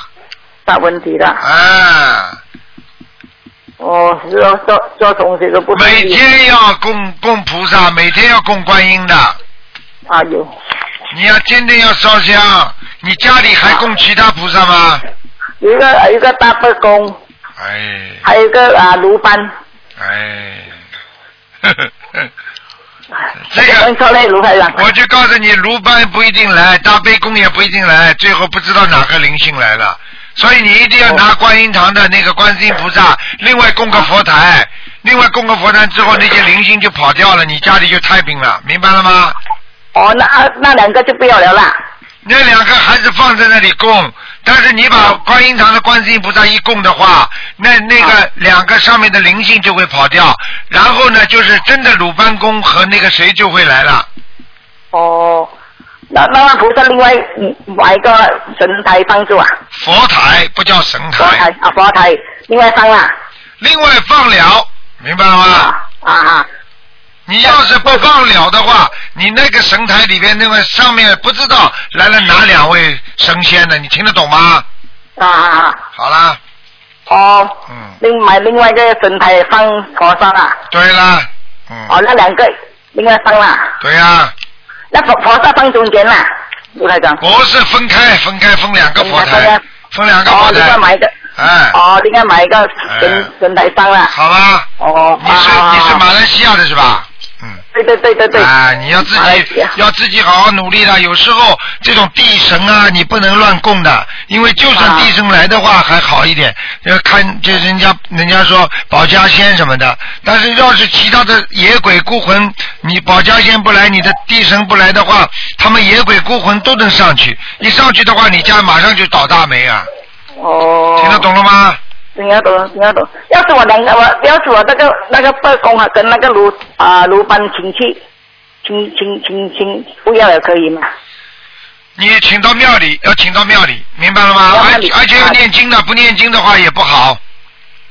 Speaker 6: 大问题了。
Speaker 1: 啊，
Speaker 6: 哦，是哦做做东西都不容
Speaker 1: 每
Speaker 6: 易
Speaker 1: 天要供供菩萨，每天要供观音的，
Speaker 7: À,
Speaker 6: 啊有
Speaker 1: 你要天天要烧香，你家里还
Speaker 6: 啊
Speaker 1: 供其他菩萨吗？
Speaker 7: 有一个有一个大伯公，
Speaker 1: 哎
Speaker 7: 还有一个啊卢班，
Speaker 1: 哎，呵呵呵这
Speaker 7: 我们
Speaker 1: 个
Speaker 7: 说嘞卢台长，
Speaker 1: 我就告诉你，卢班不一定来，大悲公也不一定来，最后不知道哪个灵性来了。所以你一定要拿观音堂的那个观世音菩
Speaker 7: 嗯
Speaker 1: 萨，另外供个佛台，另外供个佛台之后，那些灵性就跑掉了，你家里就太平了，明白了吗？
Speaker 7: 哦那啊那两个就不要了啦，
Speaker 1: 那两个还是放在那里供，但是你把
Speaker 7: 嗯
Speaker 1: 观音堂的观世音菩萨一供的话，那那
Speaker 7: 啊
Speaker 1: 个两个上面的灵性就会跑掉，然后呢，就是真的鲁班公和那个谁就会来了。
Speaker 7: 哦，那那那菩萨另外嗯买一个神台放住啊，
Speaker 1: 佛台不叫神
Speaker 7: 佛台
Speaker 1: 台，
Speaker 7: 啊佛台，另外啊放啦，
Speaker 1: 另外放了，明白了吗？
Speaker 7: 啊啊啊，
Speaker 1: 你要是不放了的话，你那个神台里边那个上面不知道来了哪两位神仙呢？你听得懂吗？
Speaker 7: 啊啊
Speaker 1: 好啦，
Speaker 7: 啊哦，
Speaker 1: 嗯，
Speaker 7: 另买另外一个神台放佛上啊，
Speaker 1: 对啦，嗯，
Speaker 7: 哦那两个另外放啦，
Speaker 1: 对呀、
Speaker 7: 那佛菩萨放中间啊啦，卢台长，
Speaker 1: 不是分开，分开分两个佛台，分两个
Speaker 7: 哦
Speaker 1: 佛
Speaker 7: 另外买
Speaker 1: 台
Speaker 7: 一，个。
Speaker 1: 哎，
Speaker 7: 哦，另外买一个神神台上啦。
Speaker 1: 嗯好吧，
Speaker 7: 啊哦，
Speaker 1: 你是
Speaker 7: 啊
Speaker 1: 你是？马来西亚的是吧？嗯。
Speaker 7: 对对对对对。
Speaker 1: 啊，你要自
Speaker 7: 马来西
Speaker 1: 己
Speaker 7: 亚
Speaker 1: 要自己好好努力了。有时候这种地神啊，你不能乱供的，因为就算
Speaker 7: 啊
Speaker 1: 地神来的话还好一点，要看这人家人家说保家仙什么的。但是要是其他的野鬼孤魂，你保家仙不来，你的地神不来的话，他们野鬼孤魂都能上去。一上去的话，你家马上就倒大霉啊！
Speaker 7: 哦。
Speaker 1: 听得。懂了吗？
Speaker 7: 听得懂，听得懂。要是我两个，我要是我那个那个伯公啊，跟那个卢啊卢班亲戚，亲亲亲亲，不要也可以嘛？
Speaker 1: 你请到庙里，要请到庙里，明白了吗？
Speaker 7: 要
Speaker 1: 而
Speaker 7: 嗯庙里
Speaker 1: 而且要
Speaker 7: 啊
Speaker 1: 念经的，不念经的话也不好。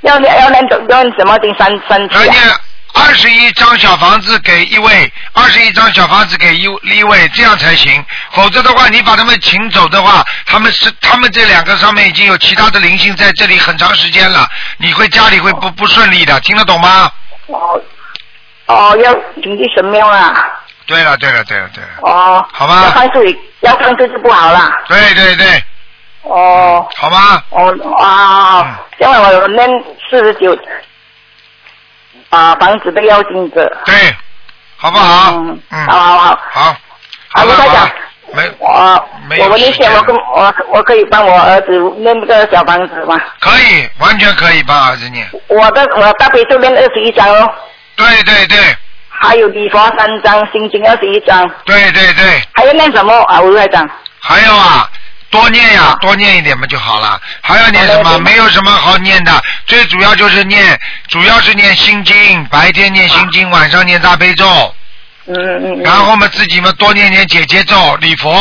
Speaker 7: 要念要念怎要念什么经三三
Speaker 1: 要
Speaker 7: 句啊？
Speaker 1: 念二十一张小房子给一位，二十一张小房子给一一位，这样才行。否则的话，你把他们请走的话，他们是他们这两个上面已经有其他的灵性在这里很长时间了，你会家里会不不顺利的，听得懂吗？
Speaker 7: 哦哦，要请去神庙啊？
Speaker 1: 对了，对了，对了，对了，
Speaker 7: 哦。
Speaker 1: 好吧
Speaker 7: 要放水，要放水就不好啦。
Speaker 1: 对对对，
Speaker 7: 哦。
Speaker 1: 好吗？
Speaker 7: 哦啊，因为我们四十九啊，房子的要金子。
Speaker 1: 对，好不好？
Speaker 7: 嗯
Speaker 1: 嗯，，
Speaker 7: 好好好，
Speaker 1: 好，
Speaker 7: 啊
Speaker 1: 好了，
Speaker 7: 卢台
Speaker 1: 好
Speaker 7: 长
Speaker 1: 了，没没
Speaker 7: 我
Speaker 1: 有
Speaker 7: 我明
Speaker 1: 时
Speaker 7: 天
Speaker 1: 间
Speaker 7: 我
Speaker 1: 了
Speaker 7: 跟我我可以帮我儿子念个小房子吗？
Speaker 1: 可以，完全可以帮儿子念。
Speaker 7: 我的我大悲咒念二十一章哦，
Speaker 1: 对对对
Speaker 7: 还有礼佛三章，心经二十一章，
Speaker 1: 对对对。
Speaker 7: 还要念什么啊？卢台长，
Speaker 1: 还有啊，多念呀、
Speaker 7: 啊
Speaker 1: 多念一点嘛就好了。还要念什
Speaker 7: 好
Speaker 1: 么？
Speaker 7: 的
Speaker 1: 没有什么好念的，最主要就是念，主要是念心经，白天念心经，晚上念大悲咒，
Speaker 7: 嗯啊嗯
Speaker 1: 然后嘛自己嘛多念念姐姐咒、礼佛。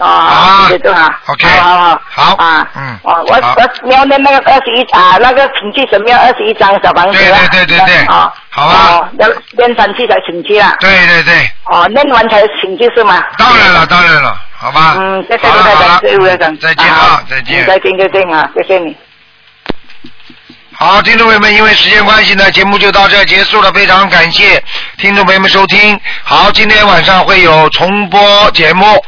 Speaker 7: 嗯，啊，对对啊
Speaker 1: OK
Speaker 7: 好好
Speaker 1: 好
Speaker 7: 好，啊，
Speaker 1: 嗯
Speaker 7: 哦，我
Speaker 1: 好
Speaker 7: 我要念那个二十一啊，那个请去神庙二十一章小房子啊，
Speaker 1: 对对对对对
Speaker 7: 啊，
Speaker 1: 好啊
Speaker 7: 哦，要念三次才请去啊，
Speaker 1: 对对对，
Speaker 7: 哦，念完才请去是吗？
Speaker 1: 当然了，当然了，好吧。
Speaker 7: 嗯，谢谢
Speaker 1: 好
Speaker 7: 卢
Speaker 1: 了
Speaker 7: 台
Speaker 1: 好
Speaker 7: 长，
Speaker 1: 了
Speaker 7: 谢谢卢台长，
Speaker 1: 再见啊
Speaker 7: 好，
Speaker 1: 再见
Speaker 7: 嗯。再见，再见啊，谢谢你。
Speaker 1: 好，听众朋友们，因为时间关系呢，节目就到这儿结束了。非常感谢听众朋友们收听。好，今天晚上会有重播节目。